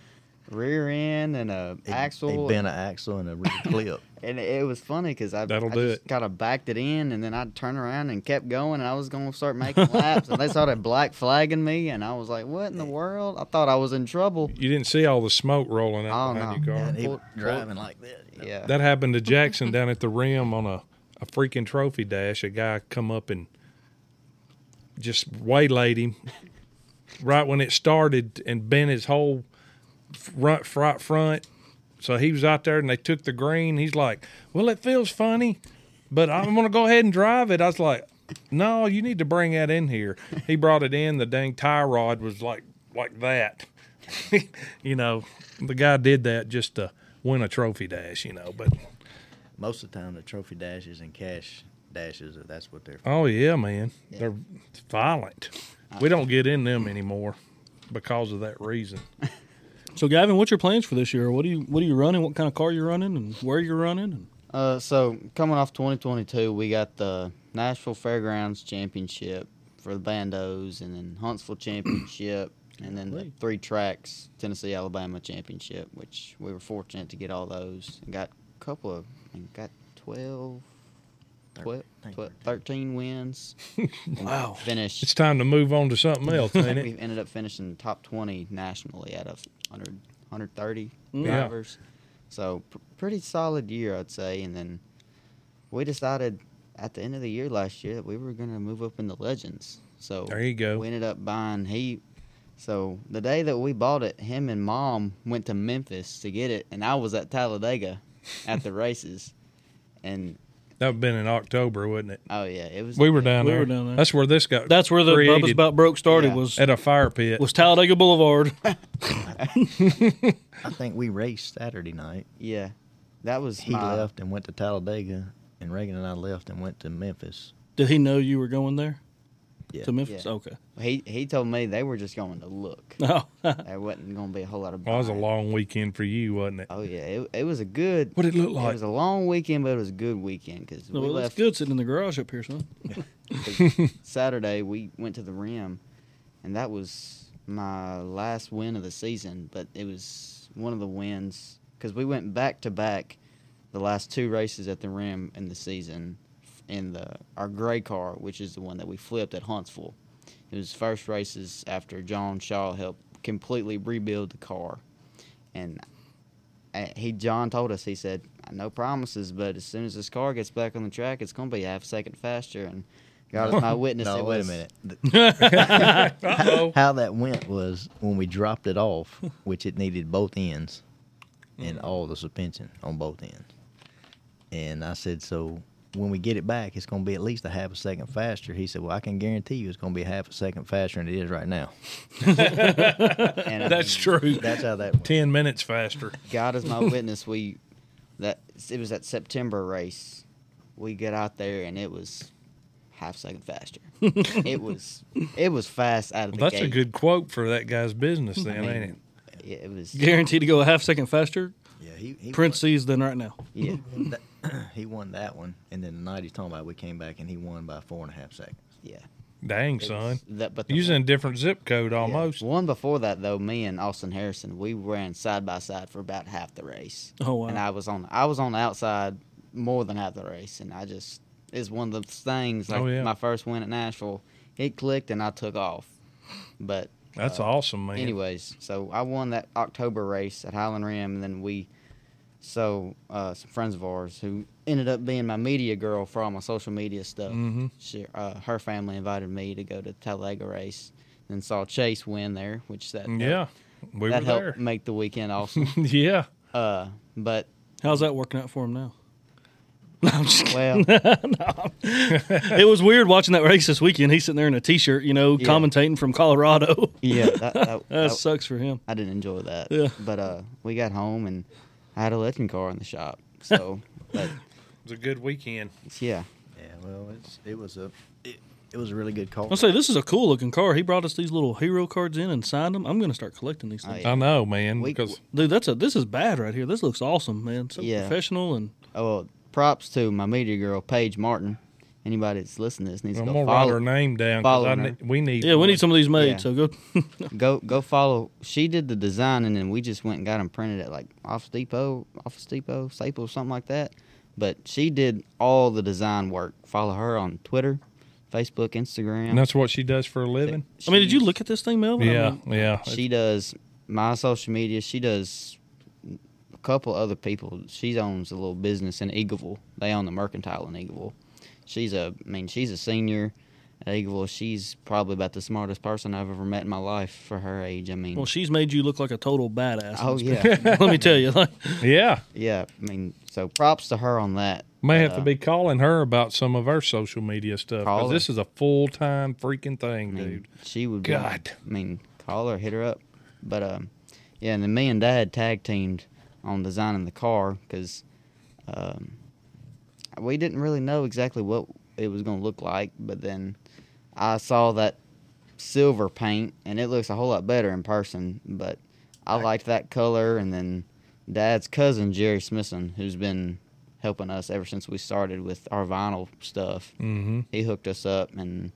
[SPEAKER 5] rear end and a
[SPEAKER 6] it-
[SPEAKER 5] axle,
[SPEAKER 6] It bent an axle and a rear clip.
[SPEAKER 5] and it was funny because I,
[SPEAKER 1] That'll
[SPEAKER 5] I
[SPEAKER 1] do
[SPEAKER 5] just
[SPEAKER 1] it.
[SPEAKER 5] kind of backed it in, and then I turned around and kept going, and I was gonna start making laps, and they started black flagging me, and I was like, "What in the world?" I thought I was in trouble.
[SPEAKER 1] You didn't see all the smoke rolling out
[SPEAKER 5] Oh,
[SPEAKER 1] behind
[SPEAKER 5] no.
[SPEAKER 1] your car.
[SPEAKER 6] and he
[SPEAKER 5] Pull-
[SPEAKER 6] was driving like that. you know.
[SPEAKER 5] Yeah,
[SPEAKER 1] That happened to Jackson down at the rim on a, a freaking trophy dash. A guy come up and just waylaid him right when it started and bent his whole front front front. So he was out there and they took the green. He's like, "Well, it feels funny, but I'm gonna go ahead and drive it." I was like, "No, you need to bring that in here." He brought it in. The dang tie rod was like like that. you know, the guy did that just to win a trophy dash. You know, but
[SPEAKER 6] Most of the time, the trophy dashes and cash dashes, that's what they're.
[SPEAKER 1] Oh yeah, man. They're violent. We don't get in them anymore because of that reason.
[SPEAKER 4] So, Gavin, what's your plans for this year? What do you What are you running? What kind of car you're running, and where you're running? And
[SPEAKER 5] Uh, so coming off 2022, we got the Nashville Fairgrounds Championship for the bandos, and then Huntsville Championship, and then the
[SPEAKER 4] Lovely.
[SPEAKER 5] three tracks Tennessee Alabama Championship, which we were fortunate to get all those. And got a couple of, I mean, got 12, 12,
[SPEAKER 6] Thirteen.
[SPEAKER 5] 12 13 wins.
[SPEAKER 4] Wow.
[SPEAKER 5] Finish.
[SPEAKER 1] It's time to move on to something else, ain't
[SPEAKER 5] we
[SPEAKER 1] it?
[SPEAKER 5] ended up finishing top 20 nationally out of 100, 130
[SPEAKER 6] Mm.
[SPEAKER 4] Yeah.
[SPEAKER 5] drivers. So, pr- pretty solid year, I'd say. And then we decided at the end of the year last year that we were going to move up in the Legends. So,
[SPEAKER 1] There you go.
[SPEAKER 5] we ended up buying he. So, the day that we bought it, him and mom went to Memphis to get it, and I was at Talladega at the races. And,
[SPEAKER 1] That would have been in October, wouldn't it?
[SPEAKER 5] oh, yeah, it was.
[SPEAKER 1] We were down
[SPEAKER 4] We
[SPEAKER 1] there.
[SPEAKER 4] were down there.
[SPEAKER 1] That's where this got
[SPEAKER 4] that's where the
[SPEAKER 1] created
[SPEAKER 4] Bubba's About Broke started
[SPEAKER 5] Yeah.
[SPEAKER 4] was
[SPEAKER 1] at a fire pit.
[SPEAKER 4] was Talladega Boulevard.
[SPEAKER 6] I think we raced Saturday night.
[SPEAKER 5] Yeah. That was
[SPEAKER 6] He
[SPEAKER 5] my-
[SPEAKER 6] left and went to Talladega, and Reagan and I left and went to Memphis.
[SPEAKER 4] Did he know you were going there?
[SPEAKER 6] Yeah.
[SPEAKER 4] To Memphis.
[SPEAKER 5] Yeah.
[SPEAKER 4] Okay.
[SPEAKER 5] He he told me they were just going to look.
[SPEAKER 4] No.
[SPEAKER 5] There wasn't going to be a whole lot of.
[SPEAKER 1] Well, that was a
[SPEAKER 5] buying.
[SPEAKER 1] long weekend for you, wasn't it?
[SPEAKER 5] Oh yeah, it, it was a good.
[SPEAKER 1] What it look
[SPEAKER 5] It
[SPEAKER 1] like?
[SPEAKER 5] was a long weekend, but it was a good weekend because
[SPEAKER 4] No,
[SPEAKER 5] we
[SPEAKER 4] well, that's
[SPEAKER 5] left
[SPEAKER 4] good sitting in the garage up here, son.
[SPEAKER 5] 'cause Saturday. We went to the rim, and that was my last win of the season. But it was one of the wins because we went back to back the last two races at the rim in the season in the our gray car, which is the one that we flipped at Huntsville. It was first races after John Shaw helped completely rebuild the car, and I- he John told us he said no promises, but as soon as this car gets back on the track, it's gonna be a half second faster. And God is my witness.
[SPEAKER 6] No,
[SPEAKER 5] it
[SPEAKER 6] wait a
[SPEAKER 5] was-
[SPEAKER 6] minute. The- How that went was when we dropped it off, which it needed both ends and all the suspension on both ends. And I said, so when we get it back, it's going to be at least a half a second faster. He said, well, I can guarantee you it's going to be a half a second faster than it is right now.
[SPEAKER 5] And um, I
[SPEAKER 1] That's
[SPEAKER 5] mean,
[SPEAKER 1] true.
[SPEAKER 6] That's how that went.
[SPEAKER 1] Ten minutes faster.
[SPEAKER 5] God is my witness. We that it was that September race. We get out there and it was half second faster. it was it was fast out of the
[SPEAKER 1] Well, that's
[SPEAKER 5] gate.
[SPEAKER 1] a good quote for that guy's business, then,
[SPEAKER 5] mean,
[SPEAKER 1] ain't it?
[SPEAKER 5] Yeah, it was
[SPEAKER 4] Guaranteed to go a half second faster,
[SPEAKER 6] Yeah, he, he,
[SPEAKER 4] parentheses, than right now.
[SPEAKER 5] yeah.
[SPEAKER 6] won that, he won that one. And then the night he's talking about, we came back and he won by four and a half seconds.
[SPEAKER 5] Yeah.
[SPEAKER 1] Dang,
[SPEAKER 5] It
[SPEAKER 1] son.
[SPEAKER 5] was- that, but the
[SPEAKER 1] Using
[SPEAKER 5] one-
[SPEAKER 1] a different zip code
[SPEAKER 5] yeah.
[SPEAKER 1] almost.
[SPEAKER 5] One before that though, me and Austin Harrison, we ran side by side for about half the race.
[SPEAKER 4] Oh, wow.
[SPEAKER 5] And I was on I was on the outside more than half the race and I just it's one of those things like
[SPEAKER 1] Oh, yeah.
[SPEAKER 5] my first win at Nashville, it clicked and I took off. But
[SPEAKER 1] That's
[SPEAKER 5] Uh,
[SPEAKER 1] awesome, man.
[SPEAKER 5] Anyways, so I won that October race at Highland Rim, and then we, so uh, some friends of ours who ended up being my media girl for all my social media stuff.
[SPEAKER 1] Mhm.
[SPEAKER 5] She, uh, her family invited me to go to Talladega race, and saw Chase win there, which that
[SPEAKER 1] yeah, we
[SPEAKER 5] that
[SPEAKER 1] were
[SPEAKER 5] helped
[SPEAKER 1] there.
[SPEAKER 5] make the weekend awesome.
[SPEAKER 1] yeah,
[SPEAKER 5] uh, but
[SPEAKER 4] How's that working out for him now? No, I'm just kidding.
[SPEAKER 5] well,
[SPEAKER 4] it was weird watching that race this weekend. He's sitting there in a t-shirt, you know,
[SPEAKER 5] Yeah.
[SPEAKER 4] commentating from Colorado.
[SPEAKER 5] yeah, that, that,
[SPEAKER 4] that
[SPEAKER 5] that-
[SPEAKER 4] sucks for him.
[SPEAKER 5] I didn't enjoy that.
[SPEAKER 4] Yeah.
[SPEAKER 5] But uh, we got home and I had a legend car in the shop, so. but,
[SPEAKER 1] it was a good weekend.
[SPEAKER 5] yeah,
[SPEAKER 6] Yeah, well, it's, it was a it, it was a really good call.
[SPEAKER 4] I'll say this is a cool looking car. He brought us these little hero cards in and signed them. I'm going to start collecting these
[SPEAKER 5] Oh,
[SPEAKER 4] things.
[SPEAKER 5] yeah.
[SPEAKER 1] I know, man.
[SPEAKER 5] We-
[SPEAKER 1] because
[SPEAKER 4] Dude, that's a this is bad right here. This looks awesome, man. So
[SPEAKER 5] Yeah.
[SPEAKER 4] professional and
[SPEAKER 5] Oh, well, props to my media girl, Paige Martin. Anybody that's listening to this needs to
[SPEAKER 1] I'm
[SPEAKER 5] go
[SPEAKER 1] gonna write her
[SPEAKER 5] follow.
[SPEAKER 1] name down. 'cause
[SPEAKER 5] follow
[SPEAKER 1] I
[SPEAKER 5] her.
[SPEAKER 1] ne- we need.
[SPEAKER 4] yeah, we
[SPEAKER 1] one.
[SPEAKER 4] need some of these made.
[SPEAKER 5] Yeah.
[SPEAKER 4] So go.
[SPEAKER 5] Go go follow. She did the design, and then we just went and got them printed at like Office Depot, Office Depot, Staples, something like that. But she did all the design work. Follow her on Twitter, Facebook, Instagram.
[SPEAKER 1] And that's what she does for a living.
[SPEAKER 4] I mean, did you look at this thing, Melvin? I
[SPEAKER 1] Yeah,
[SPEAKER 4] mean,
[SPEAKER 1] yeah.
[SPEAKER 5] She does my social media. She does a couple other people. She owns a little business in Eagleville. They own the mercantile in Eagleville. She's a, I mean, she's a senior at Eagleville. She's probably about the smartest person I've ever met in my life for her age. I mean,
[SPEAKER 4] well, she's made you look like a total badass.
[SPEAKER 5] oh yeah,
[SPEAKER 4] Let me tell you, like,
[SPEAKER 1] yeah,
[SPEAKER 5] yeah. I mean, so props to her on that.
[SPEAKER 1] may
[SPEAKER 5] But,
[SPEAKER 1] have to
[SPEAKER 5] uh,
[SPEAKER 1] be calling her about some of our social media stuff. 'cause
[SPEAKER 5] Call her.
[SPEAKER 1] this is a full time freaking thing,
[SPEAKER 5] I mean,
[SPEAKER 1] dude.
[SPEAKER 5] She would.
[SPEAKER 1] God.
[SPEAKER 5] Be, I mean, call her, hit her up. But um, yeah, and then me and Dad tag teamed on designing the car because um, we didn't really know exactly what it was going to look like. But then I saw that silver paint, and it looks a whole lot better in person. But I liked that color, and then Dad's cousin Jerry Smithson, who's been helping us ever since we started with our vinyl stuff
[SPEAKER 1] Mm-hmm.
[SPEAKER 5] he hooked us up and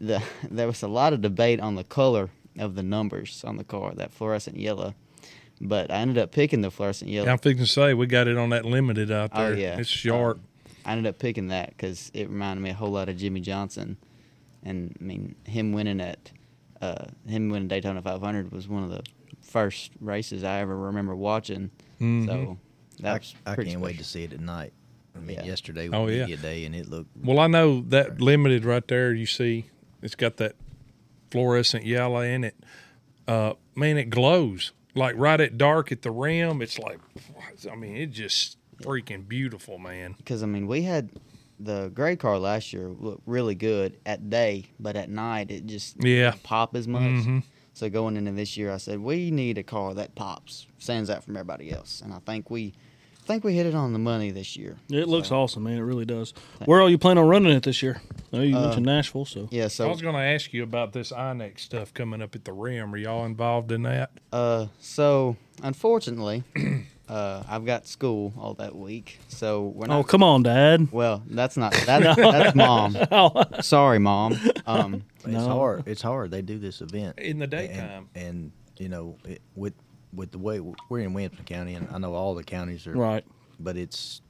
[SPEAKER 5] the there was a lot of debate on the color of the numbers on the car that fluorescent yellow but i ended up picking the fluorescent yellow
[SPEAKER 1] I'm fixing to say we got it on that limited out
[SPEAKER 5] Oh,
[SPEAKER 1] there.
[SPEAKER 5] yeah.
[SPEAKER 1] it's sharp.
[SPEAKER 5] i ended up picking that because it reminded me a whole lot of jimmy johnson and i mean him winning at uh, him winning daytona 500 was one of the first races i ever remember watching
[SPEAKER 1] Mhm.
[SPEAKER 5] so
[SPEAKER 6] I,
[SPEAKER 5] that's
[SPEAKER 6] I can't wait to see it at night. I mean,
[SPEAKER 5] Yeah.
[SPEAKER 6] yesterday was
[SPEAKER 1] Oh,
[SPEAKER 6] media
[SPEAKER 1] yeah.
[SPEAKER 6] day, and it looked
[SPEAKER 1] Well, I know that limited right there. You see, it's got that fluorescent yellow in it. Uh, man, it glows like right at dark at the rim. It's like, I mean, it's just freaking beautiful, man.
[SPEAKER 5] because I mean we had the gray car last year looked really good at day, but at night it just
[SPEAKER 1] Yeah.
[SPEAKER 5] didn't pop as much.
[SPEAKER 1] Mhm.
[SPEAKER 5] So going into this year, I said we need a car that pops, stands out from everybody else, and I think we, I think we hit it on the money this year.
[SPEAKER 4] it looks
[SPEAKER 5] So,
[SPEAKER 4] awesome, man. It really does. Where are you planning on running it this year? I know you mentioned Nashville, so
[SPEAKER 5] Uh, Yeah,
[SPEAKER 1] I
[SPEAKER 5] so
[SPEAKER 1] was going to ask you about this Inex stuff coming up at the rim. Are y'all involved in that?
[SPEAKER 5] uh, so unfortunately, uh, I've got school all that week, so we're not.
[SPEAKER 4] Oh, come on, Dad.
[SPEAKER 5] Well, that's not that's, that's mom.
[SPEAKER 1] Oh.
[SPEAKER 5] Sorry, mom. Um,
[SPEAKER 6] it's
[SPEAKER 4] No.
[SPEAKER 6] hard. It's hard. They do this event
[SPEAKER 1] In the
[SPEAKER 6] and-
[SPEAKER 1] daytime.
[SPEAKER 6] and, you know it, with with the way we're in Williamson County, and I know all the counties are
[SPEAKER 4] Right.
[SPEAKER 6] but it's,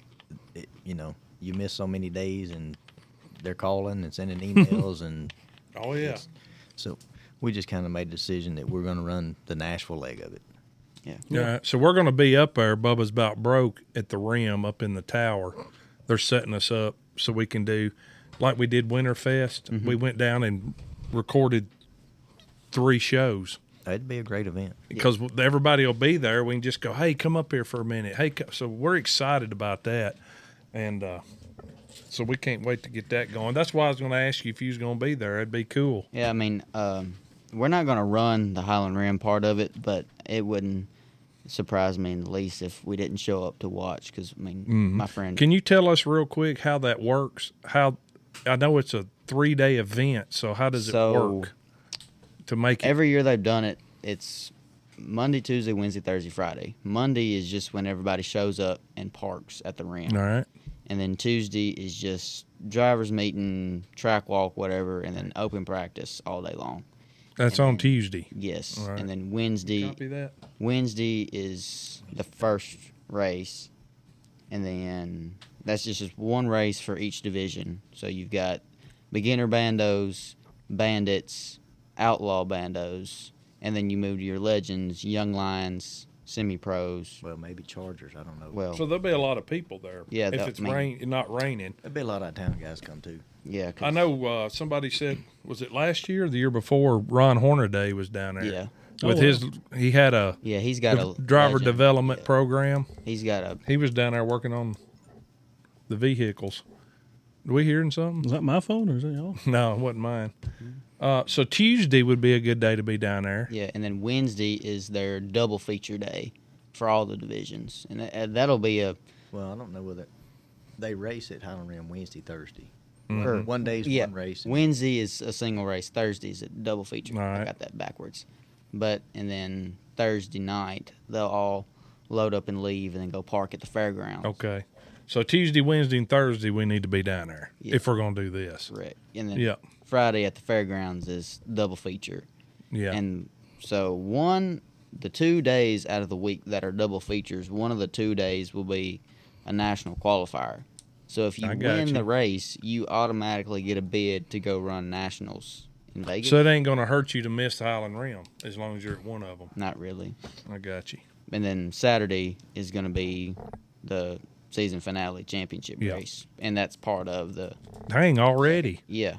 [SPEAKER 6] it, you know, you miss so many days and they're calling and sending emails and
[SPEAKER 1] Oh yeah.
[SPEAKER 6] so we just kind of made a decision that we're going to run the Nashville leg of it.
[SPEAKER 5] Yeah.
[SPEAKER 1] All right, Uh, so we're going to be up there. Bubba's about broke at the rim up in the tower. They're setting us up so we can do like we did Winterfest. We went down and recorded three shows
[SPEAKER 6] It'd be a great event.
[SPEAKER 1] because everybody will be there. We can just go, hey, come up here for a minute. Hey, co-" so we're excited about that, and uh, so we can't wait to get that going. That's why I was going to ask you if you was going to be there. It'd be cool.
[SPEAKER 5] Yeah, I mean, um, we're not going to run the Highland Rim part of it, but it wouldn't surprise me in the least if we didn't show up to watch because, I mean, my friend.
[SPEAKER 1] Mm-hmm. Can you tell us real quick how that works? How I know it's a three day event, so how does it
[SPEAKER 5] So-
[SPEAKER 1] work to make it?
[SPEAKER 5] every year they've done it, it's Monday, Tuesday, Wednesday, Thursday, Friday. Monday is just when everybody shows up and parks at the rim.
[SPEAKER 1] all right,
[SPEAKER 5] And then Tuesday is just drivers meeting, track walk, whatever, and then open practice all day long.
[SPEAKER 1] that's on Tuesday.
[SPEAKER 5] Yes.
[SPEAKER 1] All right.
[SPEAKER 5] And then Wednesday
[SPEAKER 1] Copy that.
[SPEAKER 5] Wednesday is the first race, and then that's just just one race for each division. So you've got beginner bandos, bandits, outlaw bandos, and then you move to your legends, young lions, semi pros.
[SPEAKER 6] Well, maybe Chargers. I don't know.
[SPEAKER 5] Well,
[SPEAKER 1] So there'll be a lot of people there.
[SPEAKER 5] Yeah,
[SPEAKER 1] if
[SPEAKER 5] that-
[SPEAKER 1] it's
[SPEAKER 5] I mean-
[SPEAKER 1] rain, not raining.
[SPEAKER 6] there'd be a lot of town guys come too.
[SPEAKER 5] yeah, 'cause-
[SPEAKER 1] I know uh, somebody said was it last year or the year before Ron Hornaday was down there.
[SPEAKER 5] Yeah.
[SPEAKER 1] with
[SPEAKER 4] Oh,
[SPEAKER 1] his he had a
[SPEAKER 5] Yeah, he's got a
[SPEAKER 1] driver
[SPEAKER 5] legend.
[SPEAKER 1] development program.
[SPEAKER 5] He's got a
[SPEAKER 1] He was down there working on the vehicles. Are we hearing something?
[SPEAKER 4] Is that my phone or is that y'all?
[SPEAKER 1] No, it wasn't mine. Uh, so Tuesday would be a good day to be down there.
[SPEAKER 5] yeah, and then Wednesday is their double feature day for all the divisions, and tha- that'll be a
[SPEAKER 6] Well, I don't know whether they race at Highland Rim Wednesday, Thursday.
[SPEAKER 5] or-
[SPEAKER 6] One day's
[SPEAKER 5] yeah.
[SPEAKER 6] one race. and-
[SPEAKER 5] Wednesday is a single race. Thursday's a double feature.
[SPEAKER 1] Alright.
[SPEAKER 5] I got that backwards. But and then Thursday night they'll all load up and leave and then go park at the fairgrounds.
[SPEAKER 1] Okay. So Tuesday, Wednesday, and Thursday we need to be down there
[SPEAKER 5] Yeah.
[SPEAKER 1] if we're going to do this.
[SPEAKER 5] Correct. And then
[SPEAKER 1] Yeah.
[SPEAKER 5] Friday at the fairgrounds is double feature.
[SPEAKER 1] Yeah.
[SPEAKER 5] And so one the two days out of the week that are double features, one of the two days will be a national qualifier. So if you
[SPEAKER 1] I
[SPEAKER 5] win
[SPEAKER 1] got you.
[SPEAKER 5] the race, you automatically get a bid to go run nationals in Vegas.
[SPEAKER 1] so it ain't going to hurt you to miss the Highland Rim as long as you're at one of them.
[SPEAKER 5] Not really.
[SPEAKER 1] I got you.
[SPEAKER 5] and then Saturday is going to be the season finale championship
[SPEAKER 1] Yeah.
[SPEAKER 5] race, and that's part of the
[SPEAKER 1] Dang, already.
[SPEAKER 5] yeah.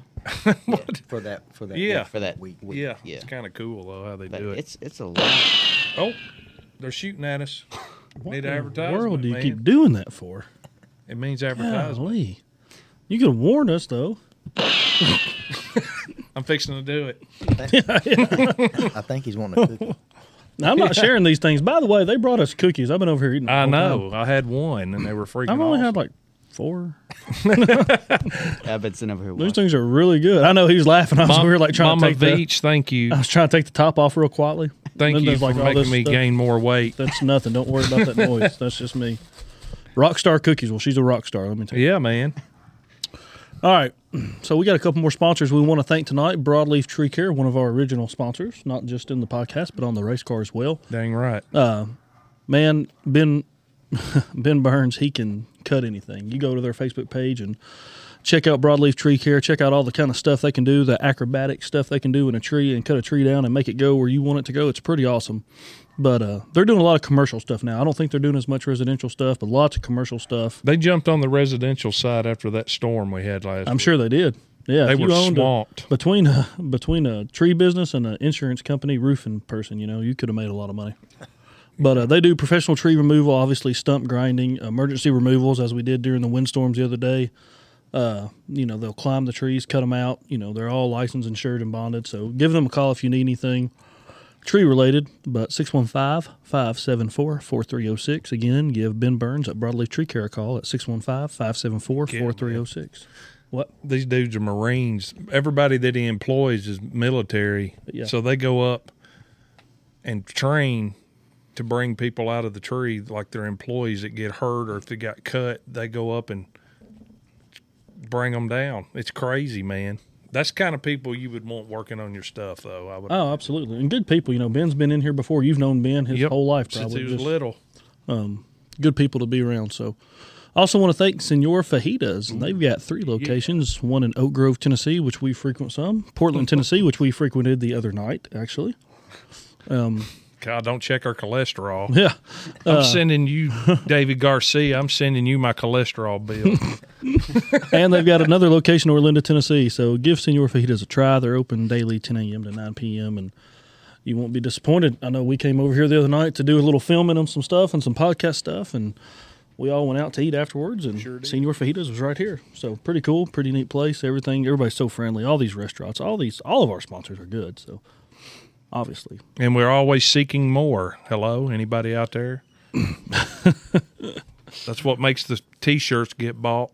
[SPEAKER 6] for that for that
[SPEAKER 1] Yeah.
[SPEAKER 5] for that
[SPEAKER 6] week.
[SPEAKER 5] week.
[SPEAKER 1] Yeah.
[SPEAKER 5] yeah.
[SPEAKER 1] It's kind of cool, though, how they
[SPEAKER 5] But
[SPEAKER 1] do it.
[SPEAKER 5] it's it's a lot.
[SPEAKER 1] Oh, they're shooting at us.
[SPEAKER 4] What
[SPEAKER 1] Need
[SPEAKER 4] in the
[SPEAKER 1] advertisement,
[SPEAKER 4] world do you
[SPEAKER 1] man.
[SPEAKER 4] keep doing that for?
[SPEAKER 1] It means advertisement.
[SPEAKER 4] Golly. You could have warned us, though.
[SPEAKER 1] I'm fixing to do it.
[SPEAKER 6] I think he's wanting a cookie.
[SPEAKER 4] Now, I'm not sharing these things. By the way, they brought us cookies. I've been over here eating. the
[SPEAKER 1] I
[SPEAKER 4] whole
[SPEAKER 1] know.
[SPEAKER 4] time.
[SPEAKER 1] I had one, and they were freaking
[SPEAKER 4] I've only
[SPEAKER 1] awesome.
[SPEAKER 4] had like four.
[SPEAKER 5] I've been sitting over here.
[SPEAKER 4] Those
[SPEAKER 5] Watching.
[SPEAKER 4] things are really good. I know he's laughing. I was
[SPEAKER 1] Mom-
[SPEAKER 4] over here like trying
[SPEAKER 1] Mama
[SPEAKER 4] to take the,
[SPEAKER 1] Beach, thank you.
[SPEAKER 4] I was trying to take the top off real quietly.
[SPEAKER 1] Thank
[SPEAKER 4] Then
[SPEAKER 1] you
[SPEAKER 4] there's,
[SPEAKER 1] for
[SPEAKER 4] like, all
[SPEAKER 1] making
[SPEAKER 4] this
[SPEAKER 1] me
[SPEAKER 4] stuff.
[SPEAKER 1] gain more weight.
[SPEAKER 4] That's nothing. Don't worry about that noise. That's just me. Rockstar cookies. Well, she's a rock star. Let me tell you.
[SPEAKER 1] Yeah, man.
[SPEAKER 4] All right. So we got a couple more sponsors we want to thank tonight. Broadleaf Tree Care, one of our original sponsors, not just in the podcast but on the race car as well.
[SPEAKER 1] Dang right.
[SPEAKER 4] man, Ben Ben Burns, he can cut anything. You go to their Facebook page and check out Broadleaf Tree Care. Check out all the kind of stuff they can do, the acrobatic stuff they can do in a tree and cut a tree down and make it go where you want it to go. It's pretty awesome. But uh, they're doing a lot of commercial stuff now. I don't think they're doing as much residential stuff, but lots of commercial stuff.
[SPEAKER 1] They jumped on the residential side after that storm we had last.
[SPEAKER 4] I'm
[SPEAKER 1] week.
[SPEAKER 4] sure they did. Yeah,
[SPEAKER 1] They
[SPEAKER 4] if you
[SPEAKER 1] were
[SPEAKER 4] owned a-
[SPEAKER 1] swamped.
[SPEAKER 4] between a, between a tree business and an insurance company roofing person. You know, you could have made a lot of money. But uh, they do professional tree removal, obviously stump grinding, emergency removals, as we did during the windstorms the other day. Uh, you know, they'll climb the trees, cut them out. You know, they're all licensed, insured, and bonded. So give them a call if you need anything tree related, but 615 574 4306. Again, give Ben Burns at Broadleaf Tree Care a call at 615 574 4306. What?
[SPEAKER 1] these dudes are Marines. Everybody that he employs is military,
[SPEAKER 4] Yeah.
[SPEAKER 1] so they go up and train to bring people out of the tree, like their employees that get hurt or if they got cut. They go up and bring them down. It's crazy, man. That's the kind of people you would want working on your stuff, though. I would.
[SPEAKER 4] Oh, absolutely. And good people. You know, Ben's been in here before. You've known Ben his
[SPEAKER 1] Yep.
[SPEAKER 4] whole life,
[SPEAKER 1] since
[SPEAKER 4] probably.
[SPEAKER 1] he was
[SPEAKER 4] Just
[SPEAKER 1] little.
[SPEAKER 4] good people to be around. So, I also want to thank Senor Fajitas.
[SPEAKER 1] Mm-hmm.
[SPEAKER 4] and They've got three locations: one in Oak Grove, Tennessee, which we frequent some; Portland, Tennessee, which we frequented the other night, actually.
[SPEAKER 1] God, don't check our cholesterol.
[SPEAKER 4] Yeah, Uh.
[SPEAKER 1] I'm sending you, David Garcia. I'm sending you my cholesterol bill.
[SPEAKER 4] and they've got another location in Orlando, Tennessee. So give Senor Fajitas a try. They're open daily, 10 a.m. to 9 p.m. and you won't be disappointed. I know we came over here the other night to do a little filming on some stuff and some podcast stuff, and we all went out to eat afterwards. And Senor Fajitas was right here, so pretty cool, pretty neat place. Everything, everybody's so friendly. All these restaurants, all these, all of our sponsors are good. So obviously,
[SPEAKER 1] and we're always seeking more. Hello, anybody out there? That's what makes the t-shirts get bought.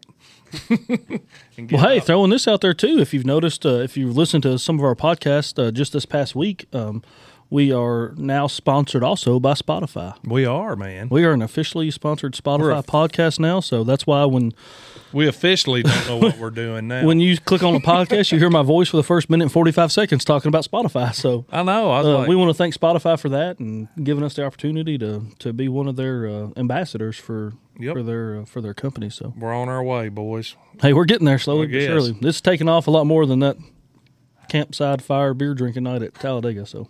[SPEAKER 1] and get
[SPEAKER 4] Well, hey,
[SPEAKER 1] out.
[SPEAKER 4] throwing this out there too. If you've noticed, uh, if you've listened to some of our podcasts uh, just this past week, um, we are now sponsored also by Spotify.
[SPEAKER 1] we are man.
[SPEAKER 4] We are an officially sponsored
[SPEAKER 1] We're
[SPEAKER 4] Spotify
[SPEAKER 1] a-
[SPEAKER 4] podcast now, so that's why when
[SPEAKER 1] We officially don't know what we're doing now.
[SPEAKER 4] when you click on a podcast, you hear my voice for the first minute and forty five seconds talking about Spotify. So.
[SPEAKER 1] I know. I was
[SPEAKER 4] Uh,
[SPEAKER 1] like,
[SPEAKER 4] we want to thank Spotify for that and giving us the opportunity to, to be one of their uh, ambassadors for
[SPEAKER 1] Yep.
[SPEAKER 4] for their uh, for their company. So
[SPEAKER 1] we're on our way, boys.
[SPEAKER 4] hey, we're getting there slowly
[SPEAKER 1] I
[SPEAKER 4] but
[SPEAKER 1] guess.
[SPEAKER 4] surely. This is taking off a lot more than that campsite fire beer drinking night at Talladega. So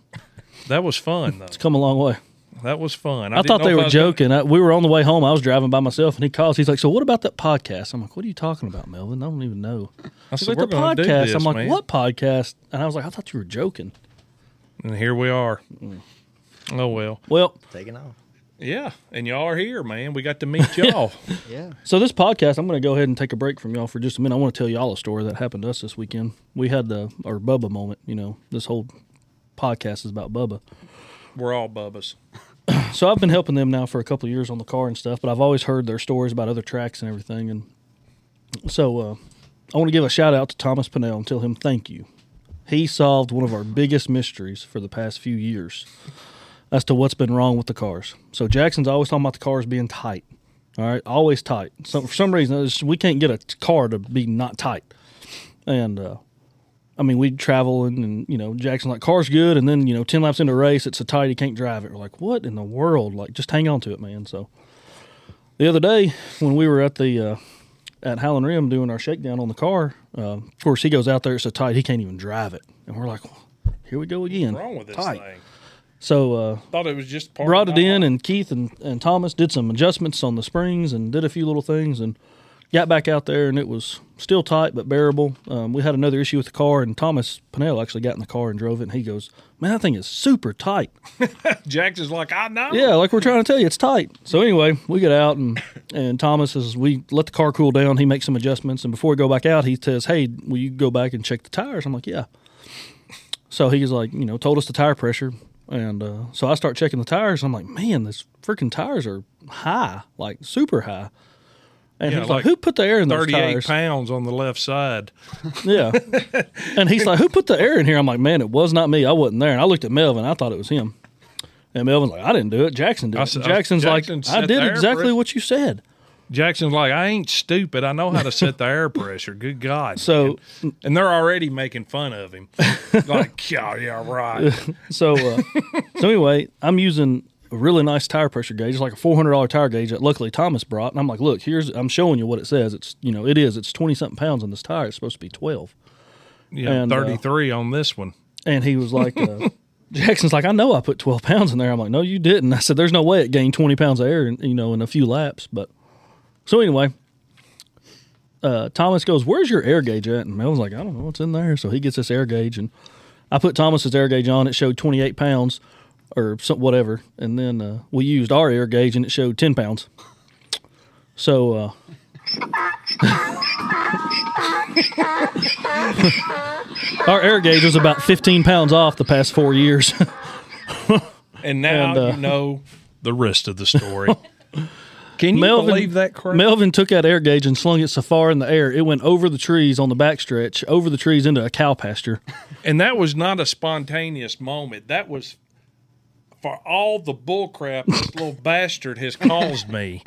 [SPEAKER 1] That was fun though.
[SPEAKER 4] it's come a long way.
[SPEAKER 1] That was fun.
[SPEAKER 4] I,
[SPEAKER 1] didn't
[SPEAKER 4] thought
[SPEAKER 1] know
[SPEAKER 4] they
[SPEAKER 1] if I
[SPEAKER 4] were
[SPEAKER 1] was gonna-
[SPEAKER 4] joking. I, we were on the way home. I was driving by myself, and he calls. He's like, "So what about that podcast?" I'm like, "What are you talking about, Melvin? I don't even know."
[SPEAKER 1] I
[SPEAKER 4] He's
[SPEAKER 1] said,
[SPEAKER 4] like,
[SPEAKER 1] "We're
[SPEAKER 4] "The
[SPEAKER 1] gonna do
[SPEAKER 4] podcast."
[SPEAKER 1] this,
[SPEAKER 4] I'm like,
[SPEAKER 1] man."
[SPEAKER 4] "What podcast?" And I was like, "I thought you were joking."
[SPEAKER 1] And here we are.
[SPEAKER 4] Mm.
[SPEAKER 1] Oh well.
[SPEAKER 4] Well,
[SPEAKER 6] Taking off.
[SPEAKER 1] Yeah, and y'all are here, man. We got to meet y'all.
[SPEAKER 6] Yeah.
[SPEAKER 4] So this podcast, I'm going to go ahead and take a break from y'all for just a minute. I want to tell y'all a story that happened to us this weekend. We had the our Bubba moment. You know, this whole podcast is about Bubba.
[SPEAKER 1] We're all bubbas.
[SPEAKER 4] So I've been helping them now for a couple of years on the car and stuff, but I've always heard their stories about other tracks and everything. And so uh, I want to give a shout out to Thomas Pinnell and tell him thank you. He solved one of our biggest mysteries for the past few years as to what's been wrong with the cars. So Jackson's always talking about the cars being tight. All right, always tight. So for some reason, it's- we can't get a t- car to be not tight. And uh, I mean, we'd travel and, and you know, Jackson like car's good, and then you know, ten laps into a race, it's so tight he can't drive it. We're like, what in the world? Like, just hang on to it, man. So the other day when we were at the uh, at Howland Rim doing our shakedown on the car, uh, of course he goes out there it's so tight he can't even drive it, and we're like, here we go again.
[SPEAKER 1] What's wrong with this thing?
[SPEAKER 4] So uh,
[SPEAKER 1] Thought it was just part
[SPEAKER 4] brought
[SPEAKER 1] of
[SPEAKER 4] it
[SPEAKER 1] my
[SPEAKER 4] in,
[SPEAKER 1] life.
[SPEAKER 4] and Keith and, and Thomas did some adjustments on the springs and did a few little things and got back out there, and it was still tight but bearable. Um, we had another issue with the car, and Thomas Pinnell actually got in the car and drove it, and he goes, "Man, that thing is super tight."
[SPEAKER 1] Jackson's like, I know.
[SPEAKER 4] Yeah, like we're trying to tell you, it's tight. So anyway, we get out and and Thomas is we let the car cool down. He makes some adjustments, and before we go back out, he says, "Hey, will you go back and check the tires?" I'm like, "Yeah." So he's like, you know, told us the tire pressure, and uh, so I start checking the tires. And I'm like, man, these freaking tires are high, like super high. And
[SPEAKER 1] Yeah,
[SPEAKER 4] he's like,
[SPEAKER 1] like
[SPEAKER 4] "Who put the air in those
[SPEAKER 1] Thirty-eight
[SPEAKER 4] tires?"
[SPEAKER 1] pounds on the left side.
[SPEAKER 4] Yeah. and he's like, Who put the air in here? I'm like, Man, it was not me. I wasn't there. And I looked at Melvin. I thought it was him. And Melvin's like, I didn't do it. Jackson did
[SPEAKER 1] I
[SPEAKER 4] it.
[SPEAKER 1] s- I-
[SPEAKER 4] Jackson's like,
[SPEAKER 1] Jackson
[SPEAKER 4] I
[SPEAKER 1] set the
[SPEAKER 4] did
[SPEAKER 1] air
[SPEAKER 4] exactly
[SPEAKER 1] pressure."
[SPEAKER 4] what you said.
[SPEAKER 1] Jackson's like, I ain't stupid. I know how to set the air pressure. Good God.
[SPEAKER 4] So-
[SPEAKER 1] and, and they're already making fun of him. like, yeah, yeah, right.
[SPEAKER 4] So, uh, so anyway, I'm using a really nice tire pressure gauge, like a $400 tire gauge that luckily Thomas brought. And I'm like, Look, here's, I'm showing you what it says. It's, you know, it is, it's 20 something pounds on this tire. It's supposed to be 12.
[SPEAKER 1] Yeah,
[SPEAKER 4] And, uh,
[SPEAKER 1] thirty-three on this one.
[SPEAKER 4] And he was like, uh, Jackson's like, I know I put 12 pounds in there. I'm like, no, you didn't. I said, there's no way it gained 20 pounds of air, in, you know, in a few laps. But so anyway, uh, Thomas goes, where's your air gauge at? And Mel's like, I don't know what's in there. So he gets this air gauge and I put Thomas's air gauge on. It showed 28 pounds or some, whatever. And then uh, we used our air gauge and it showed 10 pounds. So, uh, our air gauge was about 15 pounds off the past four years.
[SPEAKER 1] And now
[SPEAKER 4] and, uh,
[SPEAKER 1] you know the rest of the story. Can you believe that crap?
[SPEAKER 4] Melvin took that air gauge and slung it so far in the air, it went over the trees on the backstretch, over the trees into a cow pasture.
[SPEAKER 1] And that was not a spontaneous moment. That was for all the bullcrap this little bastard has caused me.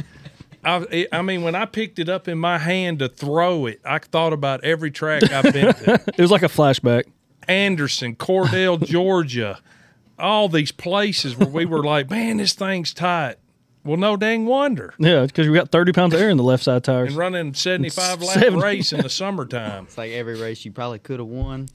[SPEAKER 1] I, I- I mean, when I picked it up in my hand to throw it, I thought about every track I've been to
[SPEAKER 4] It was like a flashback.
[SPEAKER 1] Anderson, Cordell, Georgia, all these places where we were like, man, this thing's tight. Well, no dang wonder.
[SPEAKER 4] Yeah, because we got 30 pounds of air in the left side tires.
[SPEAKER 1] And running 75 lap
[SPEAKER 4] 70.
[SPEAKER 1] race in the summertime.
[SPEAKER 5] It's like every race you probably could have won.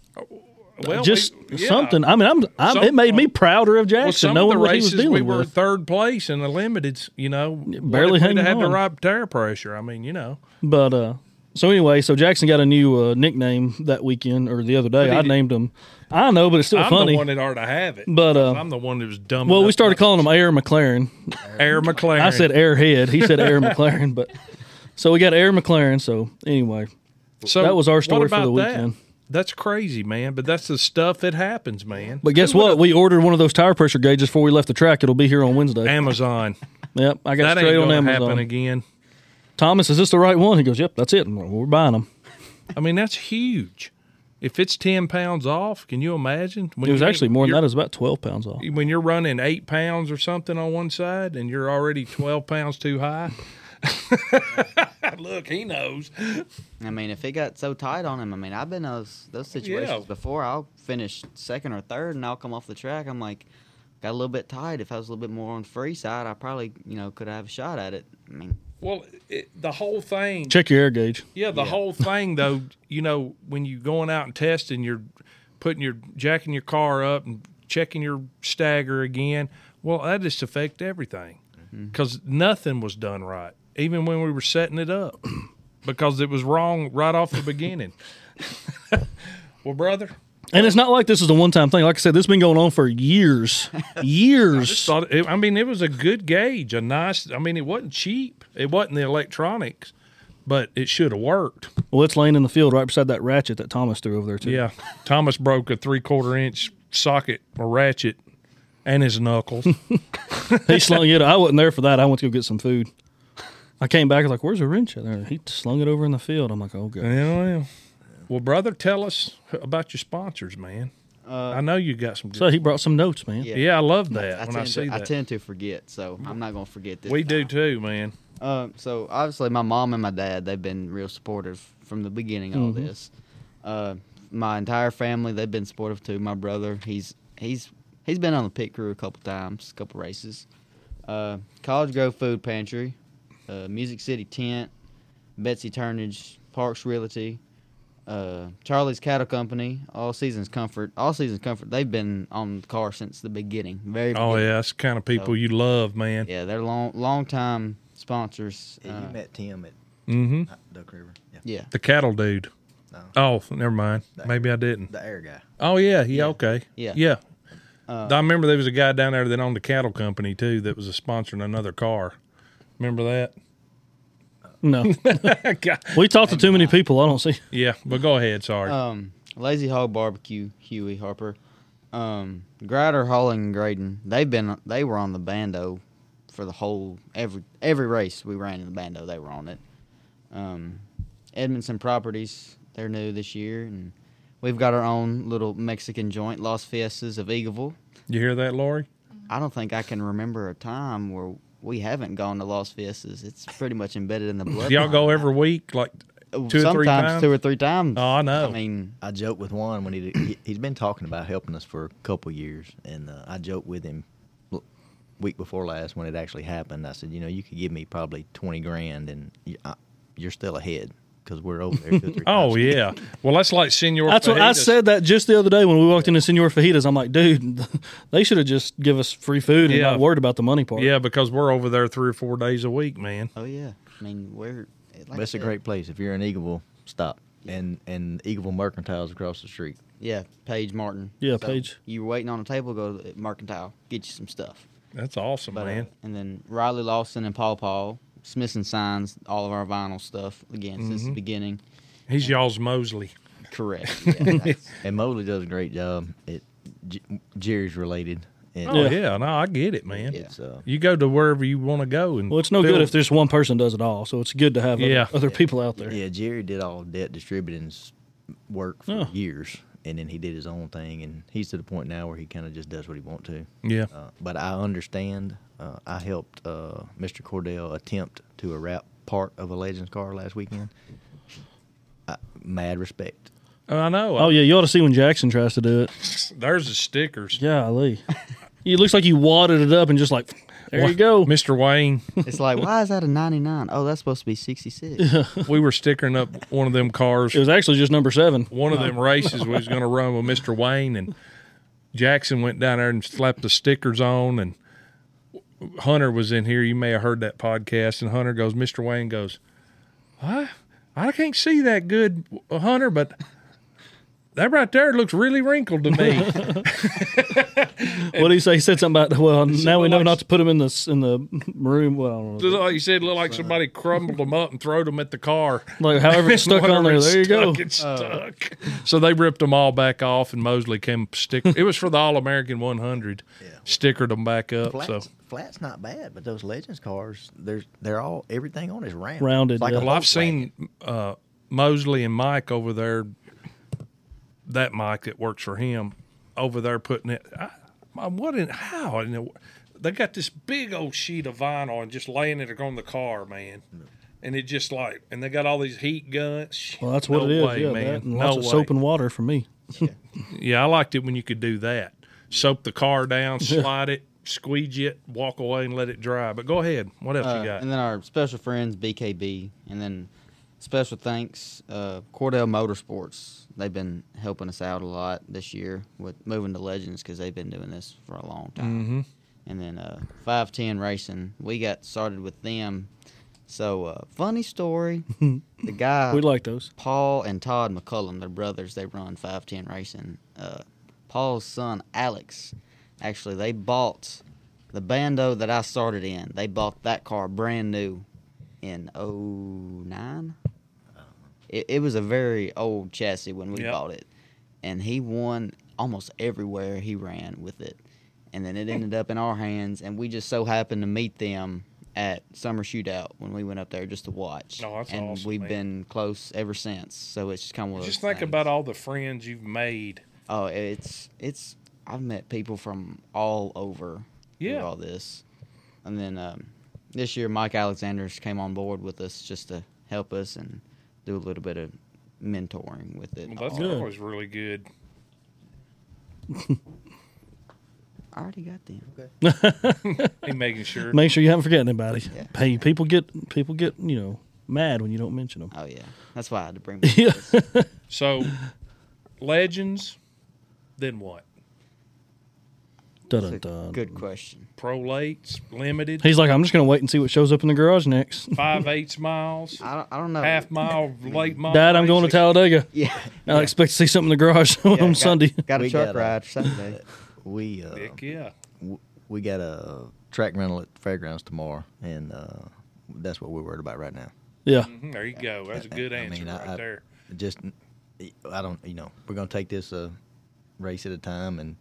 [SPEAKER 1] Well,
[SPEAKER 4] Just
[SPEAKER 1] we- yeah.
[SPEAKER 4] something. I mean, I'm, I'm,
[SPEAKER 1] Some-
[SPEAKER 4] it made me prouder of
[SPEAKER 1] Well,
[SPEAKER 4] Jackson
[SPEAKER 1] some of
[SPEAKER 4] knowing
[SPEAKER 1] the
[SPEAKER 4] what he was
[SPEAKER 1] races
[SPEAKER 4] dealing
[SPEAKER 1] we were
[SPEAKER 4] with.
[SPEAKER 1] third place in the limiteds. You know,
[SPEAKER 4] barely
[SPEAKER 1] had
[SPEAKER 4] hanging
[SPEAKER 1] to have the
[SPEAKER 4] on.
[SPEAKER 1] right tire pressure. I mean, you know,
[SPEAKER 4] But uh, so anyway, so Jackson got a new uh, nickname that weekend or the other day.
[SPEAKER 1] he
[SPEAKER 4] I
[SPEAKER 1] did-
[SPEAKER 4] named him. I know, but it's still
[SPEAKER 1] I'm
[SPEAKER 4] funny.
[SPEAKER 1] the one that ought to have it.
[SPEAKER 4] But, uh,
[SPEAKER 1] I'm the one that was dumb.
[SPEAKER 4] well, we
[SPEAKER 1] enough
[SPEAKER 4] started
[SPEAKER 1] to-
[SPEAKER 4] calling him Air McLaren.
[SPEAKER 1] Air McLaren.
[SPEAKER 4] I said Airhead. He said Air McLaren. But so we got Air McLaren. So anyway,
[SPEAKER 1] so
[SPEAKER 4] that was our story
[SPEAKER 1] what
[SPEAKER 4] for the
[SPEAKER 1] about that?
[SPEAKER 4] weekend.
[SPEAKER 1] That's crazy, man. But that's the stuff that happens, man.
[SPEAKER 4] but guess what? We ordered one of those tire pressure gauges before we left the track. It'll be here on Wednesday.
[SPEAKER 1] Amazon.
[SPEAKER 4] yep, I got
[SPEAKER 1] That
[SPEAKER 4] straight
[SPEAKER 1] ain't
[SPEAKER 4] on
[SPEAKER 1] going to
[SPEAKER 4] Amazon.
[SPEAKER 1] happen again.
[SPEAKER 4] Thomas, is this the right one? He goes, Yep, that's it. I'm like, well, we're buying them.
[SPEAKER 1] I mean, that's huge. If it's ten pounds off, can you imagine? When
[SPEAKER 4] It was
[SPEAKER 1] you-
[SPEAKER 4] actually more than
[SPEAKER 1] you're-
[SPEAKER 4] that. It was about 12 pounds off.
[SPEAKER 1] When you're running eight pounds or something on one side, and you're already twelve pounds too high. Look, he knows.
[SPEAKER 5] I mean, if it got so tight on him, I mean, I've been in those those situations
[SPEAKER 1] Yeah.
[SPEAKER 5] before. I'll finish second or third, and I'll come off the track. I'm like, got a little bit tight. If I was a little bit more on the free side, I probably you know could have a shot at it. I mean,
[SPEAKER 1] Well, it, the whole thing.
[SPEAKER 4] Check your air gauge.
[SPEAKER 1] Yeah, the whole thing though, you know, when you going out and testing, you're putting your jacking your car up and checking your stagger again. Well, that just affect everything because nothing was done right, even when we were setting it up, because it was wrong right off the beginning. well, brother,
[SPEAKER 4] And it's not like this is a one time thing. Like I said, this has been going on for years.
[SPEAKER 1] just
[SPEAKER 4] years.
[SPEAKER 1] thought it, I mean, it was a good gauge, a nice. I mean, it wasn't cheap. It wasn't the electronics, but it should have worked.
[SPEAKER 4] Well, it's laying in the field right beside that ratchet that Thomas threw over there, too.
[SPEAKER 1] Yeah. Thomas broke a three quarter inch socket or ratchet and his knuckles.
[SPEAKER 4] He slung it. I wasn't there for that. I went to go get some food. I came back. I was like, Where's the wrench at? And He slung it over in the field. I'm like, Oh, God.
[SPEAKER 1] yeah, well. Well, brother, tell us about your sponsors, man. I know you got some good.
[SPEAKER 4] So he brought some notes, man.
[SPEAKER 5] yeah.
[SPEAKER 1] yeah, I love that
[SPEAKER 5] Uh, I
[SPEAKER 1] when I
[SPEAKER 5] tend,
[SPEAKER 1] see
[SPEAKER 5] to, I
[SPEAKER 1] that.
[SPEAKER 5] tend to forget, so I'm not gonna forget this.
[SPEAKER 1] we
[SPEAKER 5] time.
[SPEAKER 1] do too, man.
[SPEAKER 5] Um, so obviously, my mom and my dad they've been real supportive from the beginning. of All this, uh, my entire family they've been supportive too. My brother, he's he's he's been on the pit crew a couple times, a couple races. Uh, College Grove Food Pantry, uh, Music City Tent, Betsy Turnage, Parks Realty, uh, Charlie's Cattle Company, All Seasons Comfort, All Seasons Comfort. They've been on the car since the beginning. Very
[SPEAKER 1] Oh,
[SPEAKER 5] beginning.
[SPEAKER 1] yeah, that's the kind of people you love, man.
[SPEAKER 5] yeah, they're long long time sponsors.
[SPEAKER 6] Yeah,
[SPEAKER 5] uh,
[SPEAKER 6] you met Tim at
[SPEAKER 1] hmm
[SPEAKER 6] uh, Duck River. Yeah.
[SPEAKER 5] yeah.
[SPEAKER 1] The cattle dude.
[SPEAKER 6] No.
[SPEAKER 1] Oh, never mind.
[SPEAKER 6] That-
[SPEAKER 1] Maybe I didn't.
[SPEAKER 6] The air guy.
[SPEAKER 1] Oh, yeah, yeah, okay.
[SPEAKER 5] Yeah.
[SPEAKER 1] Yeah. I remember there was a guy down there that owned a cattle company too that was a sponsor in another car. Remember that?
[SPEAKER 4] No.
[SPEAKER 1] God.
[SPEAKER 4] we talked to too many people. I don't see.
[SPEAKER 1] Yeah, but go ahead. Sorry.
[SPEAKER 5] Um, Lazy Hog Barbecue, Huey Harper, um, Grider Hauling and Graydon. They've been they were on the bando for the whole every every race we ran in the bando. They were on it. Um, Edmondson Properties, they're new this year, and we've got our own little Mexican joint, Las Fiestas of Eagleville.
[SPEAKER 1] you hear that, Lori?
[SPEAKER 5] I don't think I can remember a time where we haven't gone to Las Fiestas. It's pretty much embedded in the blood.
[SPEAKER 1] Do y'all go every week? Like two or
[SPEAKER 5] Sometimes
[SPEAKER 1] three times?
[SPEAKER 5] two or three times.
[SPEAKER 1] Oh, I know.
[SPEAKER 5] I mean,
[SPEAKER 6] I joke with Juan when he, he he's been talking about helping us for a couple years, and uh, I joked with him l- week before last when it actually happened. I said, you know, you could give me probably twenty grand, and you, I, you're still ahead because we're over there. Two, or three
[SPEAKER 1] oh
[SPEAKER 6] times.
[SPEAKER 1] yeah. Well, that's like Senor.
[SPEAKER 4] That's what I
[SPEAKER 1] Fajitas.
[SPEAKER 4] said that just the other day when we walked into Senor Fajitas. I'm like, dude, they should have just give us free food and
[SPEAKER 1] Yeah.
[SPEAKER 4] not worried about the money part.
[SPEAKER 1] Yeah, because we're over there three or four days a week, man.
[SPEAKER 5] oh yeah. I mean, we're. Like I
[SPEAKER 6] But it's a
[SPEAKER 5] said,
[SPEAKER 6] great place if you're in Eagleville. Stop and and Eagleville Mercantile's across the street.
[SPEAKER 5] Yeah, Paige Martin.
[SPEAKER 4] Yeah, Paige.
[SPEAKER 5] You were waiting on a table, go to the Mercantile, get you some stuff.
[SPEAKER 1] That's awesome,
[SPEAKER 5] But, uh,
[SPEAKER 1] man.
[SPEAKER 5] and then Riley Lawson and Paul Paul, Smith and Signs, all of our vinyl stuff again since the beginning.
[SPEAKER 1] He's y'all's Mosley.
[SPEAKER 5] Correct. Yeah, that's-
[SPEAKER 6] And Mosley does a great job. It J- Jerry's related. And
[SPEAKER 1] Oh yeah.
[SPEAKER 4] Yeah.
[SPEAKER 1] no, I get it, man.
[SPEAKER 5] Yeah.
[SPEAKER 6] It's uh,
[SPEAKER 1] You go to wherever you want to go, and
[SPEAKER 4] Well, it's no
[SPEAKER 1] fill-
[SPEAKER 4] good if there's one person does it all. So it's good to have
[SPEAKER 1] Yeah.
[SPEAKER 4] other, other people out there.
[SPEAKER 6] Yeah, Jerry did all debt distributing's work
[SPEAKER 4] Oh.
[SPEAKER 6] for years, and then he did his own thing, and he's to the point now where he kind of just does what he wants to.
[SPEAKER 1] Yeah.
[SPEAKER 6] Uh, but I understand. Uh, I helped uh, Mr. Cordell attempt to wrap part of a Legends car last weekend. I, mad respect.
[SPEAKER 1] I know.
[SPEAKER 4] Oh yeah, you ought to see when Jackson tries to do it.
[SPEAKER 1] There's the stickers.
[SPEAKER 4] Yeah, Lee. it looks like you wadded it up and just like There you go.
[SPEAKER 1] Mr. Wayne.
[SPEAKER 5] It's like, why is that a 99? Oh, that's supposed to be 66.
[SPEAKER 1] we were stickering up one of them cars.
[SPEAKER 4] It was actually just number seven.
[SPEAKER 1] One of them races we was going to run with Mr. Wayne, and Jackson went down there and slapped the stickers on. And Hunter was in here. You may have heard that podcast. And Hunter goes, Mr. Wayne goes, I, I can't see that good, Hunter, but that right there looks really wrinkled to me.
[SPEAKER 4] What did he say? He said something about well, now we know
[SPEAKER 1] like-
[SPEAKER 4] not to put him in the s- in the room. Well, I don't know.
[SPEAKER 1] Just like you said, looked like somebody crumbled them up and threw them at the car.
[SPEAKER 4] Like, however it's stuck on there.
[SPEAKER 1] Whatever,
[SPEAKER 4] There you
[SPEAKER 1] it's
[SPEAKER 4] go.
[SPEAKER 1] stuck, it's stuck. So they ripped them all back off, and Mosley came stick. it was for the All American 100. Stickered them back up.
[SPEAKER 6] Flats,
[SPEAKER 1] So
[SPEAKER 6] flat's not bad, but those Legends cars, they're they're all everything on is round.
[SPEAKER 4] Rounded,
[SPEAKER 6] It's like
[SPEAKER 4] yeah.
[SPEAKER 6] a
[SPEAKER 1] well, I've
[SPEAKER 6] Volkswagen.
[SPEAKER 1] seen uh, Mosley and Mike over there. That Mike that works for him over there putting it. I, I, what in how? In the, they got this big old sheet of vinyl and just laying it on the car, man. And it just like, and they got all these heat guns.
[SPEAKER 4] Well, that's what
[SPEAKER 1] No
[SPEAKER 4] it is.
[SPEAKER 1] way,
[SPEAKER 4] yeah,
[SPEAKER 1] man.
[SPEAKER 4] that and
[SPEAKER 1] No
[SPEAKER 4] lots of
[SPEAKER 1] way.
[SPEAKER 4] soap and water for me.
[SPEAKER 1] Yeah, I liked it when you could do that. Soap the car down, slide it, squeegee it, walk away, and let it dry. But go ahead. What else
[SPEAKER 5] Uh,
[SPEAKER 1] you got?
[SPEAKER 5] and then our special friends, BKB. And then special thanks, uh, Cordell Motorsports. They've been helping us out a lot this year with moving to Legends because they've been doing this for a long time.
[SPEAKER 1] Mm-hmm.
[SPEAKER 5] And then uh, 510 Racing. We got started with them. So, uh, funny story. the guy.
[SPEAKER 4] We like those.
[SPEAKER 5] Paul and Todd McCullum, they're brothers. They run 510 Racing. Uh, Paul's son, Alex, actually, they bought the bando that I started in. They bought that car brand new in '09. It, it was a very old chassis when we
[SPEAKER 1] Yep.
[SPEAKER 5] bought it. And he won almost everywhere he ran with it. And then it ended up in our hands. And we just so happened to meet them at Summer Shootout when we went up there just to watch.
[SPEAKER 1] Oh, that's
[SPEAKER 5] and
[SPEAKER 1] awesome,
[SPEAKER 5] we've
[SPEAKER 1] man.
[SPEAKER 5] been been close ever since. So it's just kind of one of
[SPEAKER 1] Just
[SPEAKER 5] those
[SPEAKER 1] think
[SPEAKER 5] things.
[SPEAKER 1] about all the friends you've made.
[SPEAKER 5] Oh, it's it's. I've met people from all over. through
[SPEAKER 1] Yeah.
[SPEAKER 5] all this, and then um, this year Mike Alexander's came on board with us just to help us and do a little bit of mentoring with it.
[SPEAKER 1] Well, that's
[SPEAKER 5] all.
[SPEAKER 1] always really good.
[SPEAKER 5] I already got them.
[SPEAKER 1] He making sure.
[SPEAKER 4] Make sure you haven't forgotten anybody.
[SPEAKER 5] Yeah.
[SPEAKER 4] Hey, people get people get you know mad when you don't mention them.
[SPEAKER 5] Oh yeah, that's why I had to bring. Them
[SPEAKER 4] Yeah.
[SPEAKER 1] So, legends, then what?
[SPEAKER 4] Dun, dun,
[SPEAKER 5] That's a
[SPEAKER 4] dun.
[SPEAKER 5] good question.
[SPEAKER 1] Prolates, limited,
[SPEAKER 4] He's like, I'm just gonna wait and see what shows up in the garage next.
[SPEAKER 1] five eighths miles,
[SPEAKER 5] I don't, I don't know.
[SPEAKER 1] half mile, late mile.
[SPEAKER 4] Dad, I'm going to
[SPEAKER 1] races.
[SPEAKER 4] Talladega.
[SPEAKER 5] Yeah,
[SPEAKER 4] I expect to see something in the garage on
[SPEAKER 5] got-
[SPEAKER 4] Sunday.
[SPEAKER 5] Got a
[SPEAKER 6] We
[SPEAKER 5] truck
[SPEAKER 6] got a-
[SPEAKER 5] ride Sunday.
[SPEAKER 6] We uh,
[SPEAKER 1] Heck yeah.
[SPEAKER 6] w- we got a track rental at the fairgrounds tomorrow, and uh, that's what we're worried about right now.
[SPEAKER 4] Yeah,
[SPEAKER 1] Mhm, There you go. That's a good
[SPEAKER 6] I mean,
[SPEAKER 1] answer
[SPEAKER 6] I-
[SPEAKER 1] right
[SPEAKER 6] I-
[SPEAKER 1] there.
[SPEAKER 6] Just I don't, you know, we're gonna take this uh, race at a time and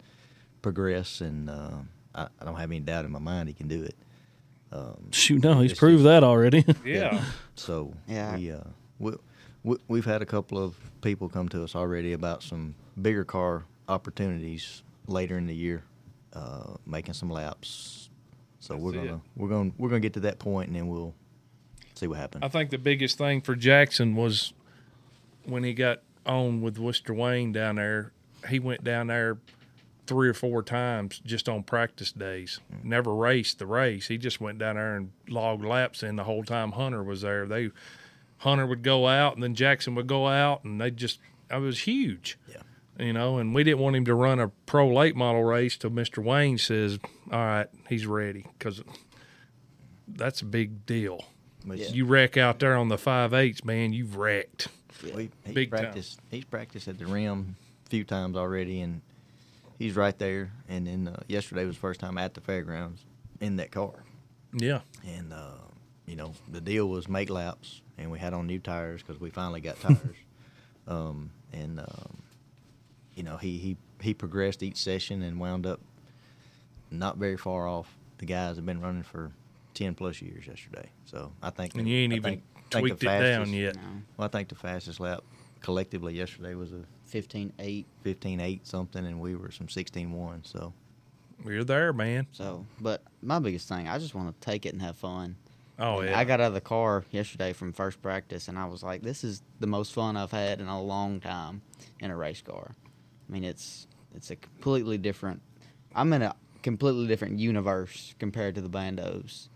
[SPEAKER 6] progress, and uh, I, I don't have any doubt in my mind he can do it.
[SPEAKER 4] shoot, no, he's
[SPEAKER 6] It's
[SPEAKER 4] proved that already.
[SPEAKER 1] Yeah.
[SPEAKER 6] So
[SPEAKER 5] Yeah.
[SPEAKER 6] we, uh, we, we we've had a couple of people come to us already about some bigger car opportunities later in the year, uh, making some laps. So we're
[SPEAKER 1] That's it.
[SPEAKER 6] gonna we're gonna we're gonna get to that point, and then we'll see what happens.
[SPEAKER 1] I think the biggest thing for Jackson was when he got on with Worcester Wayne down there. He went down there three or four times just on practice days. Never raced the race. He just went down there and logged laps in the whole time Hunter was there. They Hunter would go out and then Jackson would go out and they just it was huge.
[SPEAKER 6] Yeah.
[SPEAKER 1] You know, and we didn't want him to run a pro late model race till Mr. Wayne says, "All right, he's ready," because that's a big deal.
[SPEAKER 6] But
[SPEAKER 1] You wreck out there on the five eights, man. You've wrecked.
[SPEAKER 6] we, he's
[SPEAKER 1] Big time.
[SPEAKER 6] practiced. He's practiced at the rim a few times already, and he's right there. And then uh, yesterday was the first time at the fairgrounds in that car.
[SPEAKER 1] Yeah,
[SPEAKER 6] and uh, you know the deal was make laps, and we had on new tires because we finally got tires. um, and um, you know he, he he progressed each session and wound up not very far off the guys have been running for ten plus years yesterday. So I think
[SPEAKER 1] and you ain't
[SPEAKER 6] I
[SPEAKER 1] even
[SPEAKER 6] think- think the
[SPEAKER 1] tweaked it down
[SPEAKER 6] fastest-
[SPEAKER 1] yet.
[SPEAKER 5] No,
[SPEAKER 6] Well, I think the fastest lap collectively yesterday was a
[SPEAKER 5] fifteen eight.
[SPEAKER 6] 15.8 something, and we were some 16.1. So
[SPEAKER 1] You're there, man.
[SPEAKER 5] So, but my biggest thing, I just want to take it and have fun.
[SPEAKER 1] Oh
[SPEAKER 5] And
[SPEAKER 1] yeah,
[SPEAKER 5] I got out of the car yesterday from first practice, and I was like, "This is the most fun I've had in a long time in a race car." I mean, it's it's a completely different. I'm in a completely different universe compared to the bandos.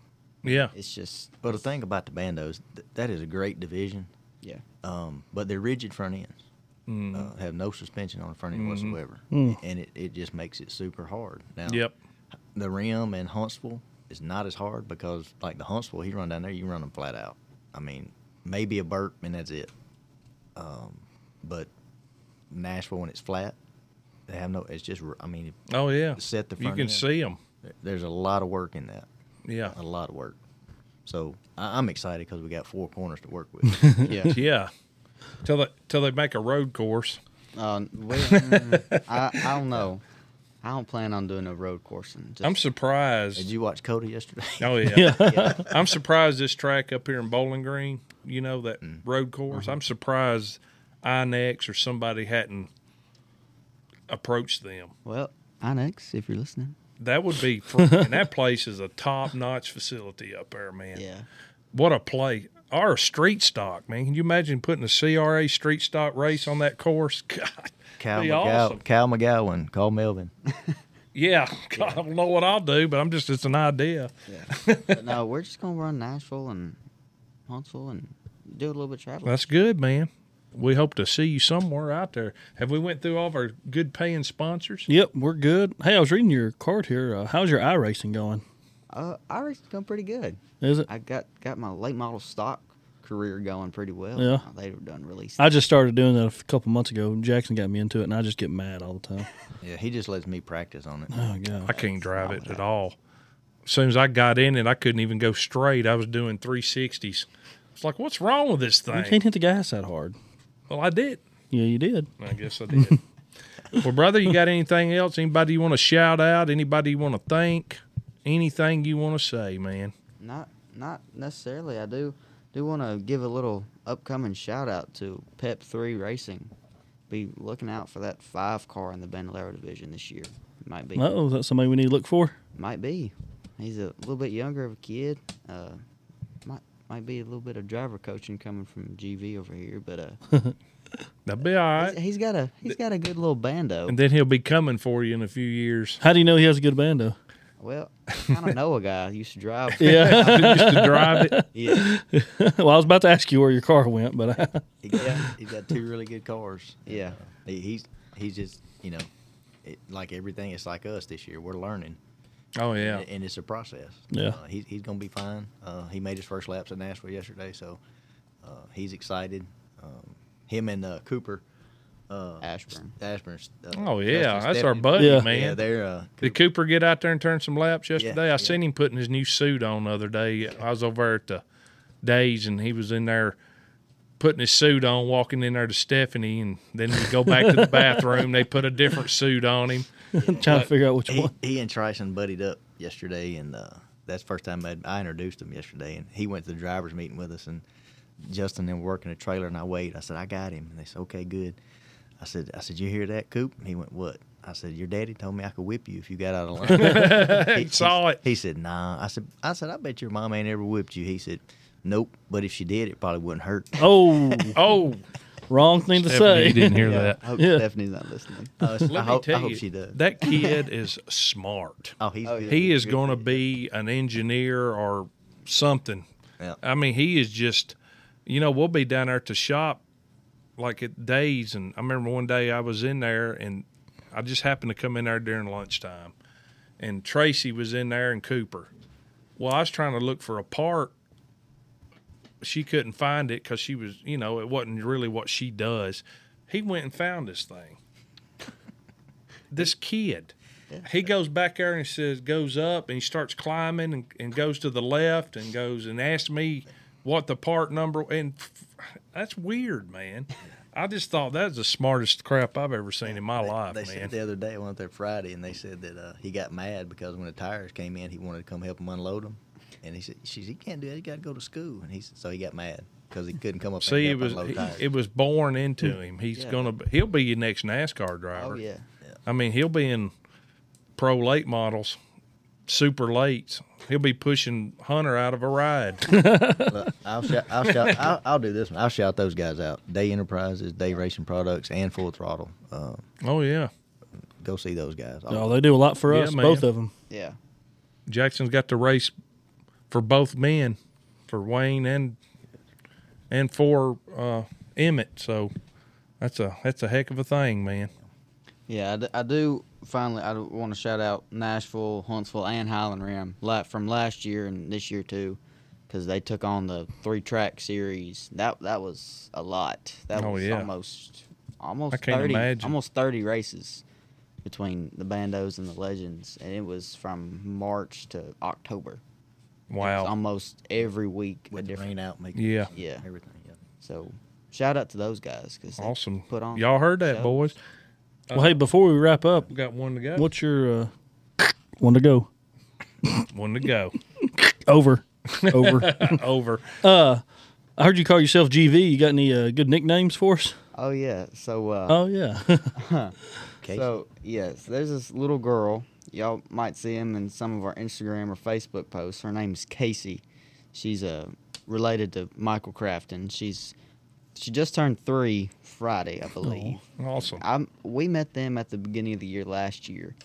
[SPEAKER 1] Yeah.
[SPEAKER 5] It's just
[SPEAKER 6] Well, the thing about the bandos, th- that is a great division,
[SPEAKER 5] yeah.
[SPEAKER 6] um, but they're rigid front ends. Uh, have no suspension on the front end whatsoever, and it, it just makes it super hard. Now,
[SPEAKER 1] Yep.
[SPEAKER 6] the rim in Huntsville is not as hard because like the Huntsville, he run down there, you run them flat out. I mean, maybe a burp and that's it. Um, but Nashville when it's flat, they have no. It's just r- I mean,
[SPEAKER 1] Oh yeah.
[SPEAKER 6] Set the
[SPEAKER 1] you
[SPEAKER 6] front
[SPEAKER 1] can
[SPEAKER 6] end.
[SPEAKER 1] see them.
[SPEAKER 6] there's a lot of work in that,
[SPEAKER 1] Yeah.
[SPEAKER 6] a lot of work. So I, I'm excited because we got four corners to work with.
[SPEAKER 5] Yeah.
[SPEAKER 1] Yeah. Till they till they make a road course.
[SPEAKER 5] Uh, we, mm, I, I don't know. I don't plan on doing a road coursing. Just,
[SPEAKER 1] I'm
[SPEAKER 6] Did
[SPEAKER 1] surprised.
[SPEAKER 6] you watch Coda yesterday?
[SPEAKER 1] Oh yeah.
[SPEAKER 4] Yeah.
[SPEAKER 1] I'm surprised this track up here in Bowling Green, you know, that
[SPEAKER 6] Mm.
[SPEAKER 1] road
[SPEAKER 6] Uh-huh.
[SPEAKER 1] course. I'm surprised INEX or somebody hadn't approached them.
[SPEAKER 5] well, Inex, if you're listening.
[SPEAKER 1] That would be, fr- and that place is a top notch facility up there, man.
[SPEAKER 5] Yeah.
[SPEAKER 1] What a play. Or a street stock, man. Can you imagine putting a CRA street stock race on that course? God.
[SPEAKER 6] Cal,
[SPEAKER 1] Be
[SPEAKER 6] McGow-
[SPEAKER 1] awesome.
[SPEAKER 6] Cal McGowan, call Melvin.
[SPEAKER 1] Yeah. God, I don't know what I'll do, but I'm just, it's an idea.
[SPEAKER 5] Yeah. but no, we're just gonna run Nashville and Huntsville and do a little bit of traveling.
[SPEAKER 1] That's good, man. We hope to see you somewhere out there. Have we went through all of our good paying sponsors?
[SPEAKER 4] Yep, we're good. Hey, I was reading your card here. Uh, how's your eye racing going?
[SPEAKER 5] uh, I raced going pretty good.
[SPEAKER 4] Is it?
[SPEAKER 5] I got got my late model stock career going pretty well.
[SPEAKER 4] Yeah.
[SPEAKER 5] Uh, They were done releasing.
[SPEAKER 4] I just started doing that a couple months ago. Jackson got me into it, and I just get mad all the time.
[SPEAKER 6] Yeah, he just lets me practice on it.
[SPEAKER 4] Oh god.
[SPEAKER 1] I can't drive it at all. As soon as I got in it, I couldn't even go straight. I was doing 360s. It's like, what's wrong with this
[SPEAKER 4] You
[SPEAKER 1] thing?
[SPEAKER 4] can't hit the gas that hard.
[SPEAKER 1] Well, I did.
[SPEAKER 4] Yeah, you did.
[SPEAKER 1] I guess I did. well, brother, you got anything else? Anybody you want to shout out? Anybody you want to thank? Anything you want to say, man?
[SPEAKER 5] Not not necessarily. I do do want to give a little upcoming shout out to Pep Three Racing. Be looking out for that five car in the Bandolero division this year. Might be.
[SPEAKER 4] Uh oh, is that somebody we need to look for?
[SPEAKER 5] Might be. He's a little bit younger of a kid. Uh, might might be a little bit of driver coaching coming from GV over here, but uh,
[SPEAKER 1] That'll be all
[SPEAKER 5] he's-
[SPEAKER 1] right.
[SPEAKER 5] he's got a he's got a good little bando.
[SPEAKER 1] And then he'll be coming for you in a few years.
[SPEAKER 4] How do you know he has a good bando?
[SPEAKER 5] Well, I kind of know a guy who used to drive.
[SPEAKER 4] Yeah.
[SPEAKER 1] Just to drive it.
[SPEAKER 5] yeah,
[SPEAKER 4] well, I was about to ask you where your car went, but I,
[SPEAKER 6] He got, he's got two really good cars.
[SPEAKER 5] yeah.
[SPEAKER 6] He, he's he's just you know, it, like everything, it's like us this year. We're learning,
[SPEAKER 1] Oh, yeah.
[SPEAKER 6] and, it's a process.
[SPEAKER 4] Yeah.
[SPEAKER 6] uh, he, he's gonna be fine. Uh, he made his first laps at Nashville yesterday, so uh, he's excited. Um, him and uh, Cooper uh,
[SPEAKER 5] Ashburn.
[SPEAKER 6] Ashburn. Uh,
[SPEAKER 1] Oh,
[SPEAKER 6] Justin
[SPEAKER 1] yeah. That's our
[SPEAKER 6] Stephanie.
[SPEAKER 1] buddy,
[SPEAKER 4] Yeah.
[SPEAKER 1] man.
[SPEAKER 6] Yeah, they're uh,
[SPEAKER 1] Did Cooper get out there and turn some laps yesterday? I
[SPEAKER 6] yeah.
[SPEAKER 1] seen him putting his new suit on the other day. I was over there at the days and he was in there putting his suit on, walking in there to Stephanie, and then we go back to the bathroom. They put a different suit on him.
[SPEAKER 4] am trying to figure out which
[SPEAKER 6] he,
[SPEAKER 4] one.
[SPEAKER 6] he and Tryson buddied up yesterday, and uh, that's the first time I, I introduced him yesterday. And he went to the drivers' meeting with us, and Justin and working a trailer, and I wait. I said, I got him, and they said, okay, good. I said, I said, you hear that, Coop? And he went, what? I said, your daddy told me I could whip you if you got out of line. he
[SPEAKER 1] Saw it.
[SPEAKER 6] He said, nah. I said, I said, I bet your mom ain't ever whipped you. He said, nope. But if she did, it probably wouldn't hurt.
[SPEAKER 4] Oh,
[SPEAKER 1] Oh,
[SPEAKER 4] wrong thing to
[SPEAKER 1] Stephanie, you
[SPEAKER 4] say.
[SPEAKER 1] didn't hear
[SPEAKER 5] Yeah,
[SPEAKER 1] that.
[SPEAKER 5] I hope
[SPEAKER 4] Yeah.
[SPEAKER 5] Stephanie's not listening.
[SPEAKER 6] Uh, I,
[SPEAKER 1] Let me
[SPEAKER 6] hope, I
[SPEAKER 1] tell
[SPEAKER 6] hope
[SPEAKER 1] you,
[SPEAKER 6] she does.
[SPEAKER 1] that kid is smart.
[SPEAKER 6] oh, he's
[SPEAKER 5] Oh,
[SPEAKER 6] good.
[SPEAKER 5] yeah.
[SPEAKER 1] He is going to be an engineer or something.
[SPEAKER 6] Yeah.
[SPEAKER 1] I mean, he is just, you know, we'll be down there at the shop like at days. And I remember one day I was in there and I just happened to come in there during lunchtime. And Tracy was in there and Cooper. Well, I was trying to look for a part. She couldn't find it because she was, you know, it wasn't really what she does. He went and found this thing. this kid he goes back there and says goes up and he starts climbing and, and goes to the left and goes and asks me what the part number and f- that's weird man i just thought that's the smartest crap i've ever seen in my
[SPEAKER 6] They-
[SPEAKER 1] life
[SPEAKER 6] They
[SPEAKER 1] man
[SPEAKER 6] said the other day, I went there Friday, and they said that uh, he got mad because when the tires came in, he wanted to come help him unload them. And he said, she said, he can't do that. He got to go to school. And he said, so he got mad because he couldn't come up
[SPEAKER 1] see it
[SPEAKER 6] and help
[SPEAKER 1] was
[SPEAKER 6] unload tires.
[SPEAKER 1] it was born into
[SPEAKER 6] Hmm.
[SPEAKER 1] him he's
[SPEAKER 5] Yeah.
[SPEAKER 1] gonna be, he'll be your next nascar driver
[SPEAKER 5] Oh yeah,
[SPEAKER 1] i mean he'll be in pro late models super late he'll be pushing hunter out of a ride
[SPEAKER 6] Well, I'll, shout, I'll, shout, I'll, I'll do this one. I'll shout those guys out. Day Enterprises, Day Racing Products, and Full Throttle. Uh,
[SPEAKER 1] oh yeah
[SPEAKER 6] Go see those guys.
[SPEAKER 4] Oh, they do a lot for
[SPEAKER 1] Yeah,
[SPEAKER 4] us,
[SPEAKER 1] man.
[SPEAKER 4] both of them.
[SPEAKER 5] Yeah.
[SPEAKER 1] Jackson's got the race for both men, for Wayne and and for uh, Emmett. So that's a that's a heck of a thing, man.
[SPEAKER 5] Yeah, I d- I do, finally. I want to shout out Nashville, Huntsville, and Highland Rim la- from last year and this year too, because they took on the three track series. That that was a lot. That
[SPEAKER 1] Oh,
[SPEAKER 5] was
[SPEAKER 1] yeah.
[SPEAKER 5] almost almost
[SPEAKER 1] I can't
[SPEAKER 5] thirty,
[SPEAKER 1] imagine.
[SPEAKER 5] almost thirty races between the bandos and the legends, and it was from March to October. It was
[SPEAKER 1] Wow.
[SPEAKER 5] almost every week a
[SPEAKER 6] With the
[SPEAKER 5] different.
[SPEAKER 6] rain out, make
[SPEAKER 1] Yeah.
[SPEAKER 5] Yeah.
[SPEAKER 6] everything. Yeah.
[SPEAKER 5] So shout out to those guys because
[SPEAKER 1] Awesome.
[SPEAKER 5] put on
[SPEAKER 1] Y'all heard that,
[SPEAKER 5] shows.
[SPEAKER 1] boys.
[SPEAKER 4] Well,
[SPEAKER 1] Uh-huh.
[SPEAKER 4] hey, before we wrap up,
[SPEAKER 1] We got one to go.
[SPEAKER 4] what's your uh, one to go?
[SPEAKER 1] One to go.
[SPEAKER 4] Over, over.
[SPEAKER 1] Over.
[SPEAKER 4] I heard you call yourself GV. You got any uh, good nicknames for us?
[SPEAKER 5] Oh yeah, so uh,
[SPEAKER 4] Oh yeah,
[SPEAKER 6] Casey.
[SPEAKER 5] So yes, there's this little girl. Y'all might see him in some of our Instagram or Facebook posts. Her name's Casey. She's uh, related to Michael Crafton. She's she just turned three Friday, I believe.
[SPEAKER 1] Awesome.
[SPEAKER 5] I'm, we met them at the beginning of the year last year,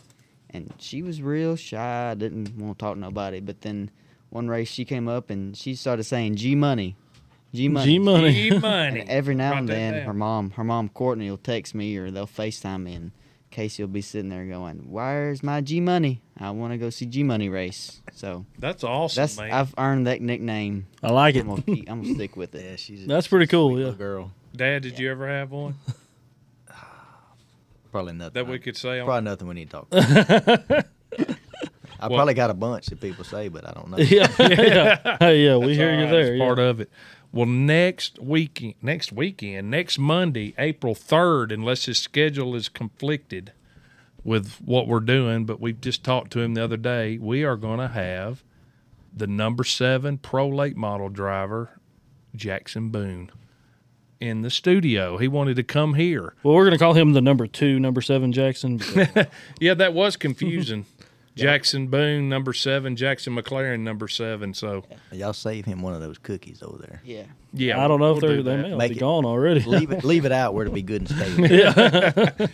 [SPEAKER 5] and she was real shy. Didn't want to talk to nobody. But then one race, she came up and she started saying "G money, G money,
[SPEAKER 4] G money.
[SPEAKER 1] money.
[SPEAKER 5] and every now
[SPEAKER 1] Write
[SPEAKER 5] and
[SPEAKER 1] that
[SPEAKER 5] then,
[SPEAKER 1] down.
[SPEAKER 5] her mom, her mom Courtney will text me or they'll Facetime me, and Casey will be sitting there going, "Where's my G Money? I want to go see G Money race." So
[SPEAKER 1] That's awesome,
[SPEAKER 5] that's
[SPEAKER 1] man.
[SPEAKER 5] I've earned that nickname.
[SPEAKER 4] I like it.
[SPEAKER 5] I'm gonna, keep, I'm gonna stick with
[SPEAKER 6] yeah,
[SPEAKER 5] it.
[SPEAKER 6] she's a
[SPEAKER 4] That's pretty cool.
[SPEAKER 6] sweet
[SPEAKER 4] Yeah.
[SPEAKER 6] little girl.
[SPEAKER 1] Dad, did you ever have one
[SPEAKER 6] Probably nothing.
[SPEAKER 1] that we
[SPEAKER 6] I-
[SPEAKER 1] could say? On?
[SPEAKER 6] Probably nothing we need to talk. about. I probably got a bunch that people say, but I don't know.
[SPEAKER 4] Yeah, yeah. Hey, yeah, we hear you
[SPEAKER 1] All right,
[SPEAKER 4] there.
[SPEAKER 1] That's
[SPEAKER 4] yeah.
[SPEAKER 1] part of it. Well, next weekend, next weekend, next Monday, April third, unless his schedule is conflicted with what we're doing. But we just talked to him the other day. We are going to have the number seven pro late model driver, Jackson Boone, in the studio. He wanted to come here.
[SPEAKER 4] Well, we're gonna call him the number two, number seven Jackson.
[SPEAKER 1] Yeah, that was confusing. Jackson Boone, number seven. Jackson McLaren, number seven. So
[SPEAKER 6] Y'all save him one of those cookies over there.
[SPEAKER 5] Yeah.
[SPEAKER 1] yeah,
[SPEAKER 4] I don't know if
[SPEAKER 1] we'll do
[SPEAKER 4] they're they
[SPEAKER 1] that.
[SPEAKER 4] may all
[SPEAKER 6] Make
[SPEAKER 4] be
[SPEAKER 6] it-
[SPEAKER 4] gone already.
[SPEAKER 6] Leave it, leave it out where to be good and stay. with it.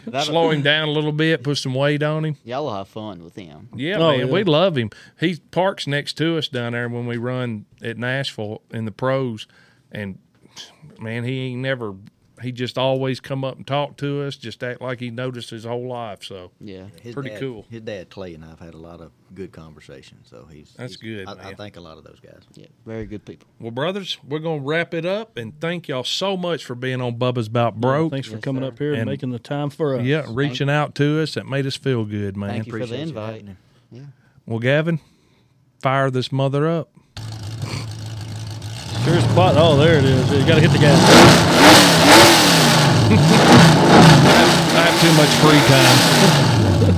[SPEAKER 5] That'll-
[SPEAKER 1] slow him down a little bit, put some weight on him.
[SPEAKER 5] Y'all will have fun with him.
[SPEAKER 1] Yeah,
[SPEAKER 4] Oh,
[SPEAKER 1] man,
[SPEAKER 4] yeah.
[SPEAKER 1] we love him. He parks next to us down there when we run at Nashville in the pros, and man, he ain't never. He just always come up and talk to us, just act like he noticed his whole life. So
[SPEAKER 5] Yeah.
[SPEAKER 6] His
[SPEAKER 1] Pretty
[SPEAKER 6] dad-
[SPEAKER 1] cool.
[SPEAKER 6] His dad Clay and I've had a lot of good conversations, so he's
[SPEAKER 1] That's
[SPEAKER 6] he's-
[SPEAKER 1] good,
[SPEAKER 6] I, I
[SPEAKER 1] man.
[SPEAKER 6] thank a lot of those guys.
[SPEAKER 5] Yeah. Very good people.
[SPEAKER 1] well, brothers, we're gonna wrap it up and thank y'all so much for being on Bubba's About Broke.
[SPEAKER 4] Thanks for
[SPEAKER 5] Yes,
[SPEAKER 4] coming
[SPEAKER 5] sir.
[SPEAKER 4] up here and,
[SPEAKER 1] And-
[SPEAKER 4] making the time for us.
[SPEAKER 1] yeah, reaching out to us. That made us feel good, man.
[SPEAKER 5] Thank you for the
[SPEAKER 6] Appreciate you
[SPEAKER 5] invite.
[SPEAKER 6] having him.
[SPEAKER 5] yeah.
[SPEAKER 1] Well, Gavin, fire this mother up.
[SPEAKER 4] Sure spot. Oh, there it is. You gotta hit the gas.
[SPEAKER 1] I have too much free time.
[SPEAKER 3] money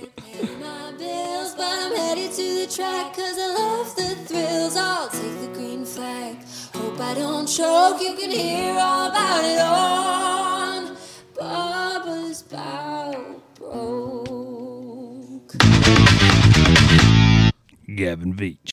[SPEAKER 3] to pay my bills, but I'm headed to the track cause I love the thrills. I'll take the green flag. Hope I don't choke, you can hear all about it on Bubba's Bow Broke.
[SPEAKER 1] Gavin Veach.